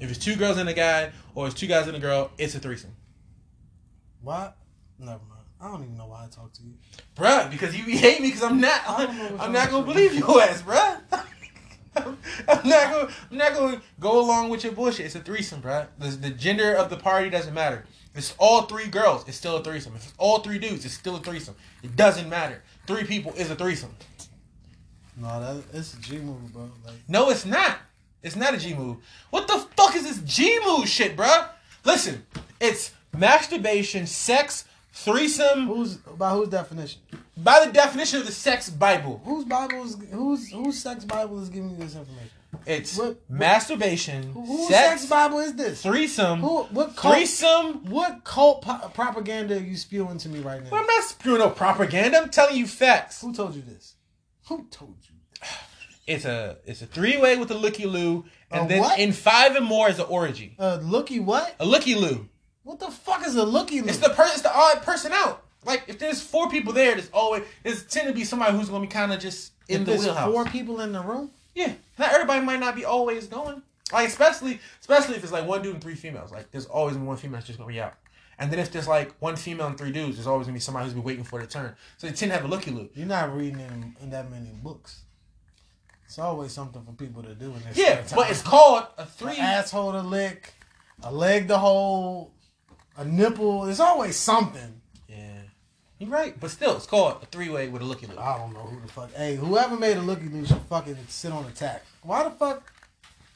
Speaker 2: If it's two girls and a guy, or it's two guys and a girl, it's a threesome.
Speaker 1: Why? Never mind. I don't even know why I talked to you.
Speaker 2: Bruh, because you hate me because I'm not
Speaker 1: I don't know what
Speaker 2: I'm
Speaker 1: you
Speaker 2: not
Speaker 1: want
Speaker 2: gonna
Speaker 1: from
Speaker 2: believe
Speaker 1: me.
Speaker 2: your ass, bruh. I'm not gonna I'm not gonna go along with your bullshit. It's a threesome, bruh. The, the gender of the party doesn't matter. If it's all three girls, it's still a threesome. If it's all three dudes, it's still a threesome. It doesn't matter. Three people is a threesome.
Speaker 1: No, that it's a G move, bro. Like
Speaker 2: No, it's not. It's not a G move. What the fuck is this G move shit, bruh? Listen, it's masturbation, sex, threesome.
Speaker 1: who's by whose definition?
Speaker 2: By the definition of the sex Bible,
Speaker 1: Whose Bible is whose whose sex Bible is giving you this information?
Speaker 2: it's
Speaker 1: What- what-
Speaker 2: masturbation,
Speaker 1: Who- Whose
Speaker 2: sex,
Speaker 1: sex Bible is this?
Speaker 2: threesome,
Speaker 1: Who? What cult?
Speaker 2: threesome.
Speaker 1: What cult po- propaganda are you spewing to me right now?
Speaker 2: I'm not spewing no propaganda. I'm telling you facts.
Speaker 1: Who told you this? Who told you?
Speaker 2: It's a it's a three way with a looky loo, and
Speaker 1: A
Speaker 2: then
Speaker 1: what?
Speaker 2: in five and more is an orgy.
Speaker 1: Uh, looky what?
Speaker 2: A looky loo.
Speaker 1: What the fuck is a looky?
Speaker 2: It's the per- it's the odd person out. Like if there's four people there, there's always there's tend to be somebody who's gonna be kind of just in the
Speaker 1: there's
Speaker 2: wheelhouse.
Speaker 1: four people in the room.
Speaker 2: Yeah, not everybody might not be always going. Like especially especially if it's like one dude and three females. Like there's always one female that's just gonna be out. And then if there's like one female and three dudes, there's always gonna be somebody who's been waiting for their turn. So they tend to have a looky look.
Speaker 1: You're not reading in, in that many books. It's always something for people to do in this.
Speaker 2: Yeah, but it's called a three.
Speaker 1: an asshole to lick, a leg to hold, a nipple. There's always something.
Speaker 2: Yeah, you're right. But still, it's called a three way with a looky look.
Speaker 1: I don't know who the fuck. Hey, whoever made a looky loo should fucking sit on attack. Why the fuck?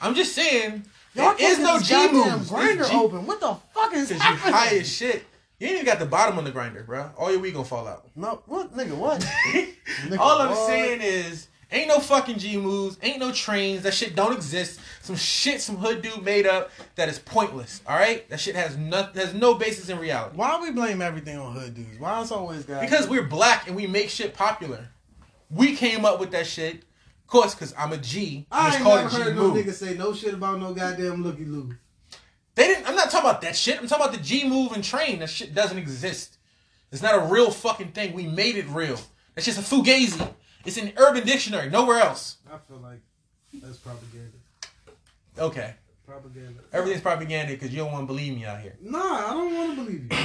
Speaker 2: I'm just saying
Speaker 1: Y'all
Speaker 2: there is no G moves.
Speaker 1: Grinder
Speaker 2: It's G-
Speaker 1: open. What the fuck is
Speaker 2: Cause you
Speaker 1: happening?
Speaker 2: high as shit. You ain't even got the bottom on the grinder, bro. All your weed gonna fall out.
Speaker 1: No, what nigga? What? Nigga,
Speaker 2: All I'm
Speaker 1: what?
Speaker 2: saying is, ain't no fucking G moves, ain't no trains. That shit don't exist. Some shit some hood dude made up that is pointless. All right, that shit has nothing, has no basis in reality.
Speaker 1: Why we blame everything on hood dudes? Why it's always guys?
Speaker 2: Because we're black and we make shit popular. We came up with that shit, of course, because I'm a G.
Speaker 1: I
Speaker 2: it's
Speaker 1: ain't
Speaker 2: called
Speaker 1: never
Speaker 2: a G
Speaker 1: heard no
Speaker 2: move.
Speaker 1: nigga say no shit about no goddamn looky loo.
Speaker 2: They didn't. I'm not talking about that shit. I'm talking about the G move and train. That shit doesn't exist. It's not a real fucking thing. We made it real. That's just a fugazi. It's in Urban Dictionary. Nowhere else.
Speaker 1: I feel like that's propaganda.
Speaker 2: Okay.
Speaker 1: Propaganda.
Speaker 2: Everything's propaganda because you don't want to believe me out here.
Speaker 1: Nah, I don't want to believe you.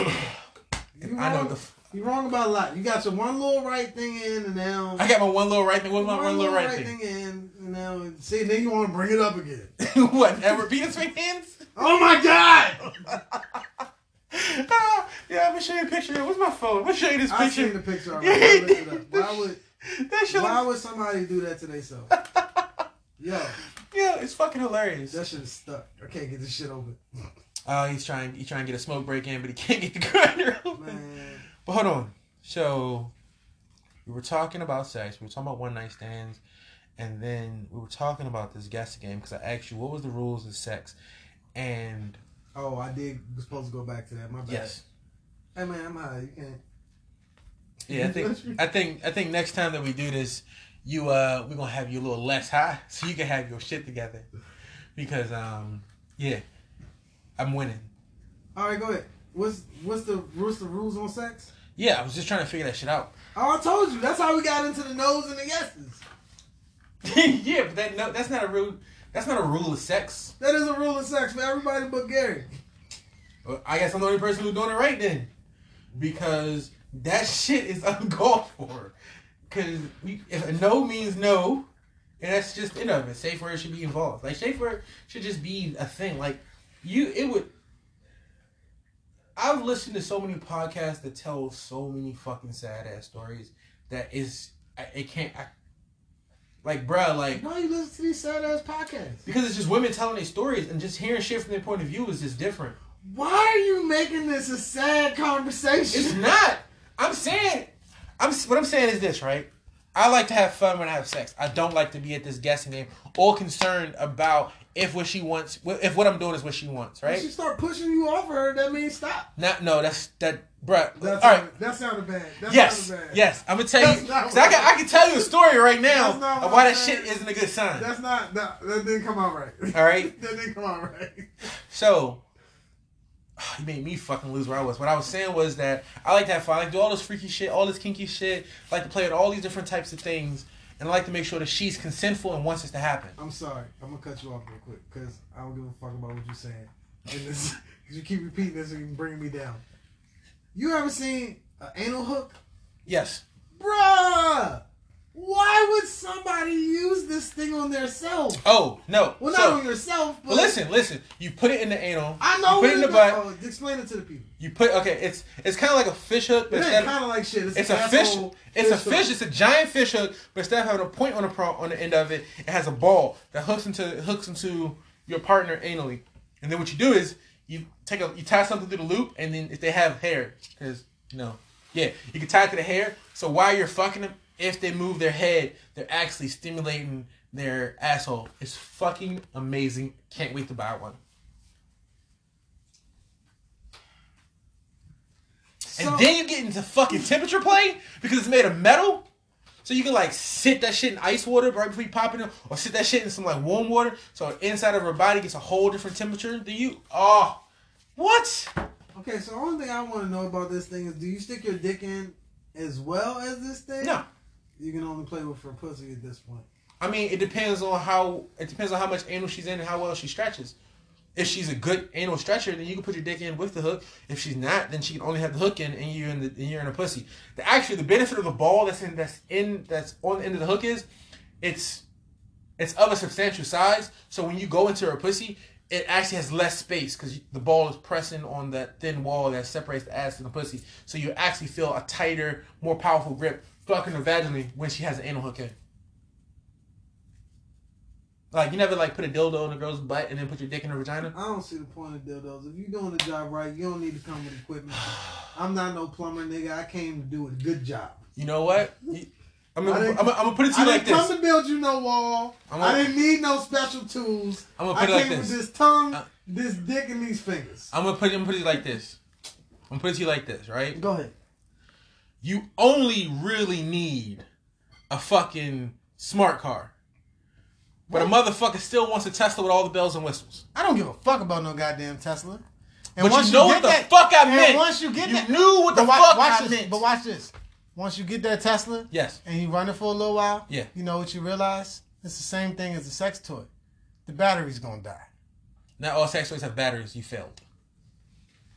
Speaker 1: You
Speaker 2: I know
Speaker 1: have-
Speaker 2: the. f-
Speaker 1: You're wrong about a lot. You got your one little right thing in, and now
Speaker 2: I got my one little right thing. What's my one little right thing?
Speaker 1: in, and now see, then you want to bring it up again.
Speaker 2: what? Ever penis fans?
Speaker 1: oh my god!
Speaker 2: Ah, yeah, I'm gonna show you a picture. What's my phone? What's show you this
Speaker 1: I seen
Speaker 2: picture?
Speaker 1: the picture.
Speaker 2: Yeah,
Speaker 1: Already.
Speaker 2: he
Speaker 1: I looked it up.
Speaker 2: did.
Speaker 1: Why would
Speaker 2: That shit.
Speaker 1: why
Speaker 2: Wow.
Speaker 1: would somebody do that to themselves? Yo,
Speaker 2: Yeah, it's fucking hilarious.
Speaker 1: that shit is stuck. I can't get this shit open.
Speaker 2: Uh, he's trying. He's trying to get a smoke break in, but he can't get the grinder open.
Speaker 1: Man,
Speaker 2: But hold on. So we were talking about sex. We were talking about one night stands, and then we were talking about this guessing game because I asked you what was the rules of sex, and
Speaker 1: oh, I did. Was supposed to go back to that. My bad.
Speaker 2: yes,
Speaker 1: Hey man, I'm high. You can't.
Speaker 2: yeah. I think I think I think next time that we do this, you uh, we're gonna have you a little less high so you can have your shit together, because um, yeah, I'm winning.
Speaker 1: All right, go ahead. What's what's the what's the rules on sex?
Speaker 2: Yeah, I was just trying to figure that shit out.
Speaker 1: Oh, I told you. That's how we got into the no's and the yeses.
Speaker 2: yeah, but that no, that's not a rule. That's not a rule of sex.
Speaker 1: That is a rule of sex for everybody but Gary.
Speaker 2: Well, I guess I'm the only person who's doing it right then, because that shit is uncalled for. Because if a no means no, and that's just it of it. Safe word should be involved. Like safe word should just be a thing. Like you, it would. I've listened to so many podcasts that tell so many fucking sad ass stories that is I- it can't. I, like bruh, like
Speaker 1: Why you listen to these sad ass podcasts?
Speaker 2: because it's just women telling their stories and just hearing shit from their point of view is just different.
Speaker 1: Why are you making this a sad
Speaker 2: It's
Speaker 1: conversation?
Speaker 2: not. I'm saying, I'm what I'm saying is this, right? I like to have fun when I have sex. I don't like to be at this guessing game or concerned about if what she wants, if what I'm doing is what she wants,
Speaker 1: If she
Speaker 2: right?
Speaker 1: start pushing you off of her, that means stop.
Speaker 2: Not, no, that's that, bruh.
Speaker 1: That
Speaker 2: All
Speaker 1: sounded,
Speaker 2: right.
Speaker 1: that sounded bad. That
Speaker 2: Yes,
Speaker 1: sounded bad.
Speaker 2: yes. I'm gonna tell
Speaker 1: That's
Speaker 2: you.
Speaker 1: not
Speaker 2: 'cause I
Speaker 1: what-
Speaker 2: can, I can tell you a story right now
Speaker 1: That's not
Speaker 2: of
Speaker 1: what
Speaker 2: why
Speaker 1: I'm
Speaker 2: that shit
Speaker 1: saying.
Speaker 2: isn't a good sign.
Speaker 1: That's not that. That didn't come out right.
Speaker 2: All right.
Speaker 1: that didn't come out right.
Speaker 2: So you made me fucking lose where I was. What I was saying was that I like to have fun. I like to do all this freaky shit, all this kinky shit. I like to play with all these different types of things, and I like to make sure that she's consentful and wants this to happen.
Speaker 1: I'm sorry. I'm gonna cut you off real quick because I don't give a fuck about what you're saying. And this, cause you keep repeating this and you bring me down. You ever seen an anal hook?
Speaker 2: Yes.
Speaker 1: Bruh! Why would somebody use this thing on their self?
Speaker 2: Oh no.
Speaker 1: Well,
Speaker 2: So-
Speaker 1: not on yourself, but
Speaker 2: well, listen, listen. You put it in the anal.
Speaker 1: I know.
Speaker 2: You put it in the
Speaker 1: it's
Speaker 2: butt.
Speaker 1: not- oh, explain it to the people.
Speaker 2: You put okay. It's it's kind of like a fish hook, but
Speaker 1: It
Speaker 2: instead
Speaker 1: ain't
Speaker 2: of-
Speaker 1: kind of like shit. It's,
Speaker 2: It's
Speaker 1: an
Speaker 2: a fish.
Speaker 1: asshole
Speaker 2: It's a
Speaker 1: hook.
Speaker 2: fish. It's a giant fish hook, but instead of having a point on the pro, on the end of it, it has a ball that hooks into hooks into your partner anally. And then what you do is you take a you tie something to the loop, and then if they have hair, because you know, yeah, you can tie it to the hair. So while you're fucking them, if they move their head, they're actually stimulating their asshole. It's fucking amazing. Can't wait to buy one.
Speaker 1: So,
Speaker 2: And then you get into fucking temperature play because it's made of metal. So you can like sit that shit in ice water right before you pop it in, or sit that shit in some like warm water. So inside of her body gets a whole different temperature than you. Oh, what?
Speaker 1: okay, so the only thing I want to know about this thing is, do you stick your dick in as well as this thing?
Speaker 2: No,
Speaker 1: You can only play with her pussy at this point.
Speaker 2: I mean it depends on how it depends on how much anal she's in and how well she stretches. If she's a good anal stretcher, then you can put your dick in with the hook. If she's not, then she can only have the hook in, and you're in the and you're in a pussy. The, actually, the benefit of the ball that's in that's in that's on the end of the hook is, it's it's of a substantial size. So when you go into her pussy, it actually has less space because the ball is pressing on that thin wall that separates the ass from the pussy. So you actually feel a tighter, more powerful grip fucking her vaginally when she has an anal hook in. Like you never like put a dildo in a girl's butt and then put your dick in her vagina.
Speaker 1: I don't see the point of dildos. If you're doing the job right, you don't need to come with equipment. I'm not no plumber, nigga. I came to do a good job.
Speaker 2: You know what? You- I'm gonna,
Speaker 1: I
Speaker 2: I'm,
Speaker 1: didn't-
Speaker 2: gonna, I'm gonna put it to
Speaker 1: I
Speaker 2: you like
Speaker 1: didn't come
Speaker 2: this.
Speaker 1: to build you no wall.
Speaker 2: I'm
Speaker 1: I
Speaker 2: gonna-
Speaker 1: didn't need no special tools.
Speaker 2: I'm gonna
Speaker 1: I
Speaker 2: put it
Speaker 1: came
Speaker 2: like
Speaker 1: with
Speaker 2: this.
Speaker 1: this tongue,
Speaker 2: Uh,
Speaker 1: this dick, and these fingers.
Speaker 2: I'm gonna put, I'm gonna put it like this. I'm gonna put it to you like this, right?
Speaker 1: Go ahead.
Speaker 2: you only really need a fucking smart car. But a motherfucker still wants a Tesla with all the bells and whistles.
Speaker 1: I don't give a fuck about no goddamn Tesla. And
Speaker 2: but you know what the fuck I meant. You knew what the
Speaker 1: wa-
Speaker 2: fuck
Speaker 1: watch
Speaker 2: I
Speaker 1: this,
Speaker 2: meant.
Speaker 1: But watch this. Once you get that Tesla
Speaker 2: yes.
Speaker 1: and you run it for a little while,
Speaker 2: Yeah.
Speaker 1: you know what you realize? It's the same thing as a sex toy. The battery's gonna die.
Speaker 2: Not all sex toys have batteries. You failed.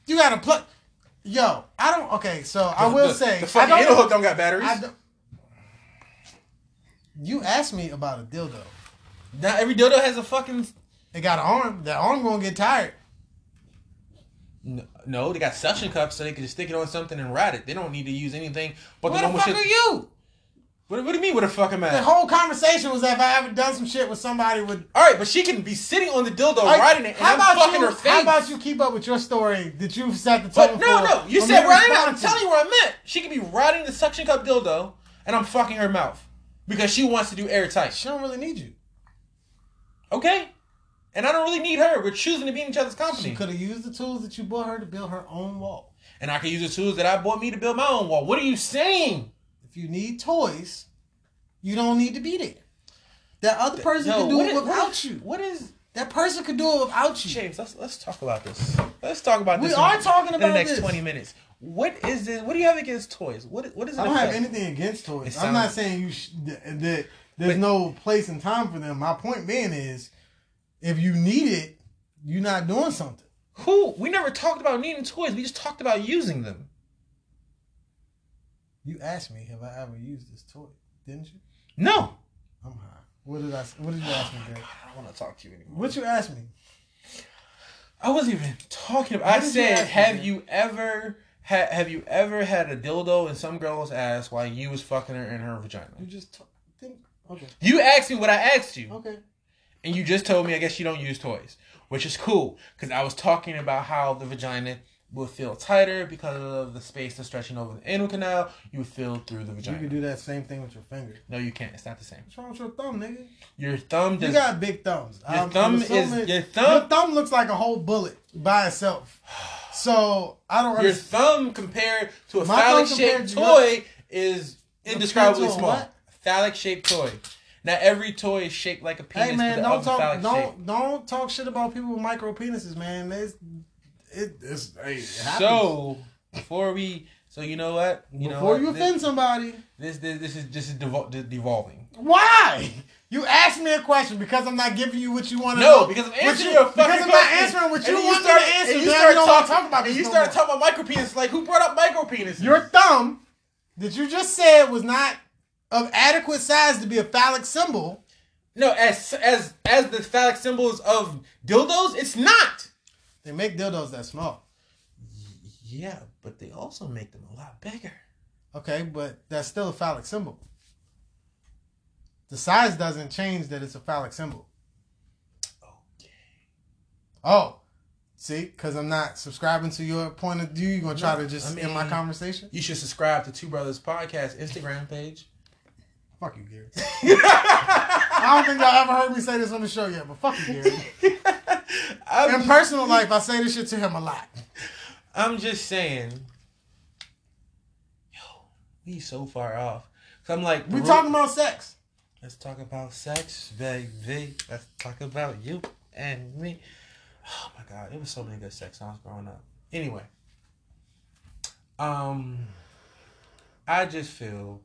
Speaker 1: You gotta plug. Yo, I don't. Okay, so I will
Speaker 2: the,
Speaker 1: say
Speaker 2: the
Speaker 1: I
Speaker 2: fucking
Speaker 1: don't.
Speaker 2: needle hook don't got batteries.
Speaker 1: I don't- you asked me about a dildo.
Speaker 2: Now every dildo has a fucking.
Speaker 1: It got an arm. That arm gonna get tired.
Speaker 2: No, no, they got suction cups so they can just stick it on something and ride it. They don't need to use anything. But
Speaker 1: Where
Speaker 2: the
Speaker 1: the
Speaker 2: one
Speaker 1: fuck
Speaker 2: with
Speaker 1: are
Speaker 2: shit.
Speaker 1: you?
Speaker 2: What, what do you mean? What a fucking
Speaker 1: The
Speaker 2: man.
Speaker 1: whole conversation was if I ever done some shit with somebody with.
Speaker 2: All right, but she can be sitting on the dildo, riding it, and
Speaker 1: how
Speaker 2: I'm
Speaker 1: about
Speaker 2: fucking
Speaker 1: you?
Speaker 2: her face.
Speaker 1: How about you keep up with your story that you've set the tone
Speaker 2: But no,
Speaker 1: for?
Speaker 2: no, you
Speaker 1: on
Speaker 2: said
Speaker 1: your
Speaker 2: where I am. I'm
Speaker 1: responses?
Speaker 2: telling you where I'm at. She could be riding the suction cup dildo, and I'm fucking her mouth because she wants to do airtight.
Speaker 1: She don't really need you.
Speaker 2: Okay, and I don't really need her. We're choosing to be in each other's
Speaker 1: She
Speaker 2: company,
Speaker 1: could have used the tools that you bought her to build her own wall.
Speaker 2: and I can use the tools that I bought me to build my own wall. What are you saying?
Speaker 1: If you need toys, you don't need to be there. That other person
Speaker 2: Yo,
Speaker 1: can do
Speaker 2: what
Speaker 1: it
Speaker 2: is- what
Speaker 1: without
Speaker 2: is-
Speaker 1: you.
Speaker 2: What is
Speaker 1: That person could do it without you.
Speaker 2: James? Let's let's talk about this. Let's talk about
Speaker 1: We
Speaker 2: this.
Speaker 1: are
Speaker 2: in-
Speaker 1: talking
Speaker 2: in
Speaker 1: about
Speaker 2: the next
Speaker 1: this.
Speaker 2: twenty minutes. What is this? What do you have against toys? What what is it?
Speaker 1: I don't have
Speaker 2: affect?
Speaker 1: anything against toys.
Speaker 2: It
Speaker 1: I'm not
Speaker 2: sounds-
Speaker 1: saying you sh- th- that there's
Speaker 2: But-
Speaker 1: no place and time for them. My point being is, if you need it, you're not doing something.
Speaker 2: Who? We never talked about needing toys. We just talked about using them.
Speaker 1: You asked me, have I ever used this toy? Didn't you?
Speaker 2: No,
Speaker 1: I'm high. What did I? s- What did you ask me, Dad?
Speaker 2: I don't want to talk to you anymore.
Speaker 1: What you asked me?
Speaker 2: I wasn't even talking about. I
Speaker 1: What did you
Speaker 2: said,
Speaker 1: ask me,
Speaker 2: have
Speaker 1: man?
Speaker 2: you ever ha- have you ever had a dildo in some girl's ass while you was fucking her in her vagina?
Speaker 1: You just talk, think. Okay.
Speaker 2: You asked me what I asked you,
Speaker 1: Okay.
Speaker 2: and you just told me I guess you don't use toys, which is cool because I was talking about how the vagina would feel tighter because of the space that's stretching over the anal canal. You would feel through the
Speaker 1: You
Speaker 2: vagina.
Speaker 1: can do that same thing with your finger.
Speaker 2: no, you can't. It's not the same.
Speaker 1: What's wrong with your thumb, nigga?
Speaker 2: Your thumb
Speaker 1: You
Speaker 2: does.
Speaker 1: got big thumbs. Um,
Speaker 2: Your thumb is-
Speaker 1: assuming-
Speaker 2: your thumb-
Speaker 1: Your thumb looks like a whole bullet by itself. So I don't
Speaker 2: your
Speaker 1: understand.
Speaker 2: thumb compared to a
Speaker 1: My thumb
Speaker 2: phallic
Speaker 1: compared
Speaker 2: shaped
Speaker 1: to your-
Speaker 2: toy is indescribably
Speaker 1: Compared to a
Speaker 2: small.
Speaker 1: what?
Speaker 2: Phallic shaped toy. Now every toy is shaped like a penis,
Speaker 1: Hey man,
Speaker 2: but
Speaker 1: don't
Speaker 2: of the
Speaker 1: talk
Speaker 2: phallic
Speaker 1: don't
Speaker 2: shape.
Speaker 1: don't talk shit about people with micro penises, man. It's it, it's hey, it happens.
Speaker 2: So before we, so you know what, you know
Speaker 1: before
Speaker 2: what?
Speaker 1: you offend somebody,
Speaker 2: this, this this is this is devo- de- devolving.
Speaker 1: why? You asked me a question because I'm not giving you what you want to know.
Speaker 2: No, because I'm
Speaker 1: What
Speaker 2: answering
Speaker 1: you-
Speaker 2: your fucking
Speaker 1: Because I'm not
Speaker 2: question.
Speaker 1: answering what
Speaker 2: And
Speaker 1: you
Speaker 2: then
Speaker 1: want me
Speaker 2: start-
Speaker 1: to answer.
Speaker 2: And
Speaker 1: You
Speaker 2: you
Speaker 1: now we
Speaker 2: start
Speaker 1: don't want to talk
Speaker 2: talking
Speaker 1: about
Speaker 2: and
Speaker 1: this.
Speaker 2: you
Speaker 1: no
Speaker 2: start
Speaker 1: more.
Speaker 2: talking about micropenis. Like who brought up micropenises?
Speaker 1: Your thumb that you just said was not of adequate size to be a phallic symbol.
Speaker 2: no as as as the phallic symbols of dildos. It's not.
Speaker 1: They make dildos that small.
Speaker 2: Yeah, but they also make them a lot bigger.
Speaker 1: Okay, but that's still a phallic symbol. The size doesn't change that it's a phallic symbol.
Speaker 2: Okay.
Speaker 1: Oh, see, because I'm not subscribing to your point of view, you're gonna try
Speaker 2: No,
Speaker 1: to just
Speaker 2: I
Speaker 1: end my
Speaker 2: mean-
Speaker 1: conversation.
Speaker 2: You should subscribe to Two Brothers Podcast Instagram page.
Speaker 1: Fuck you, Gary. I don't think y'all ever heard me say this on the show yet, but fuck you, Gary. In
Speaker 2: I'm,
Speaker 1: personal life, I say this shit to him a lot.
Speaker 2: I'm just saying, yo, we so far off. So I'm like,
Speaker 1: We
Speaker 2: bro,
Speaker 1: talking about sex.
Speaker 2: Let's talk about sex, baby. Let's talk about you and me. Oh my god, it was so many good sex songs growing up. Anyway, um, I just feel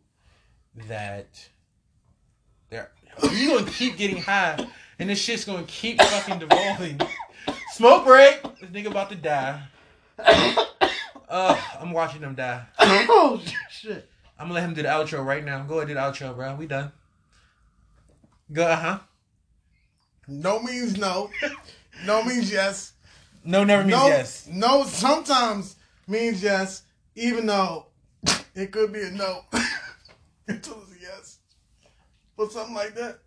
Speaker 2: that there you gonna keep getting high, and this shit's gonna keep fucking devolving. Smoke break. This nigga about to die. Uh, I'm watching him die.
Speaker 1: oh shit.
Speaker 2: I'm gonna let him do the outro right now. Go ahead, do the outro, bro. We done. Go, uh huh.
Speaker 1: No means no. No means yes.
Speaker 2: No, never means
Speaker 1: no,
Speaker 2: yes.
Speaker 1: No sometimes means yes, even though it could be a no until it's a yes. Or something like that.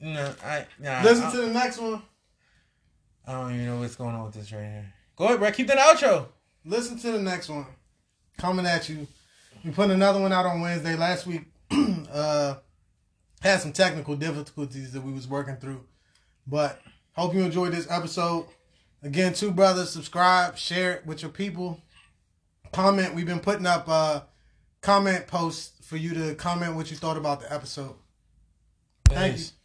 Speaker 2: No, I. Nah,
Speaker 1: Listen
Speaker 2: I,
Speaker 1: to the next one.
Speaker 2: I don't even know what's going on with this right here. Go ahead, bro. Keep that outro.
Speaker 1: Listen to the next one. Coming at you. We put another one out on Wednesday. Last week uh had some technical difficulties that we was working through. But hope you enjoyed this episode. Again, two brothers, subscribe, share it with your people. Comment. We've been putting up uh comment posts for you to comment what you thought about the episode. Thank you.
Speaker 2: Peace.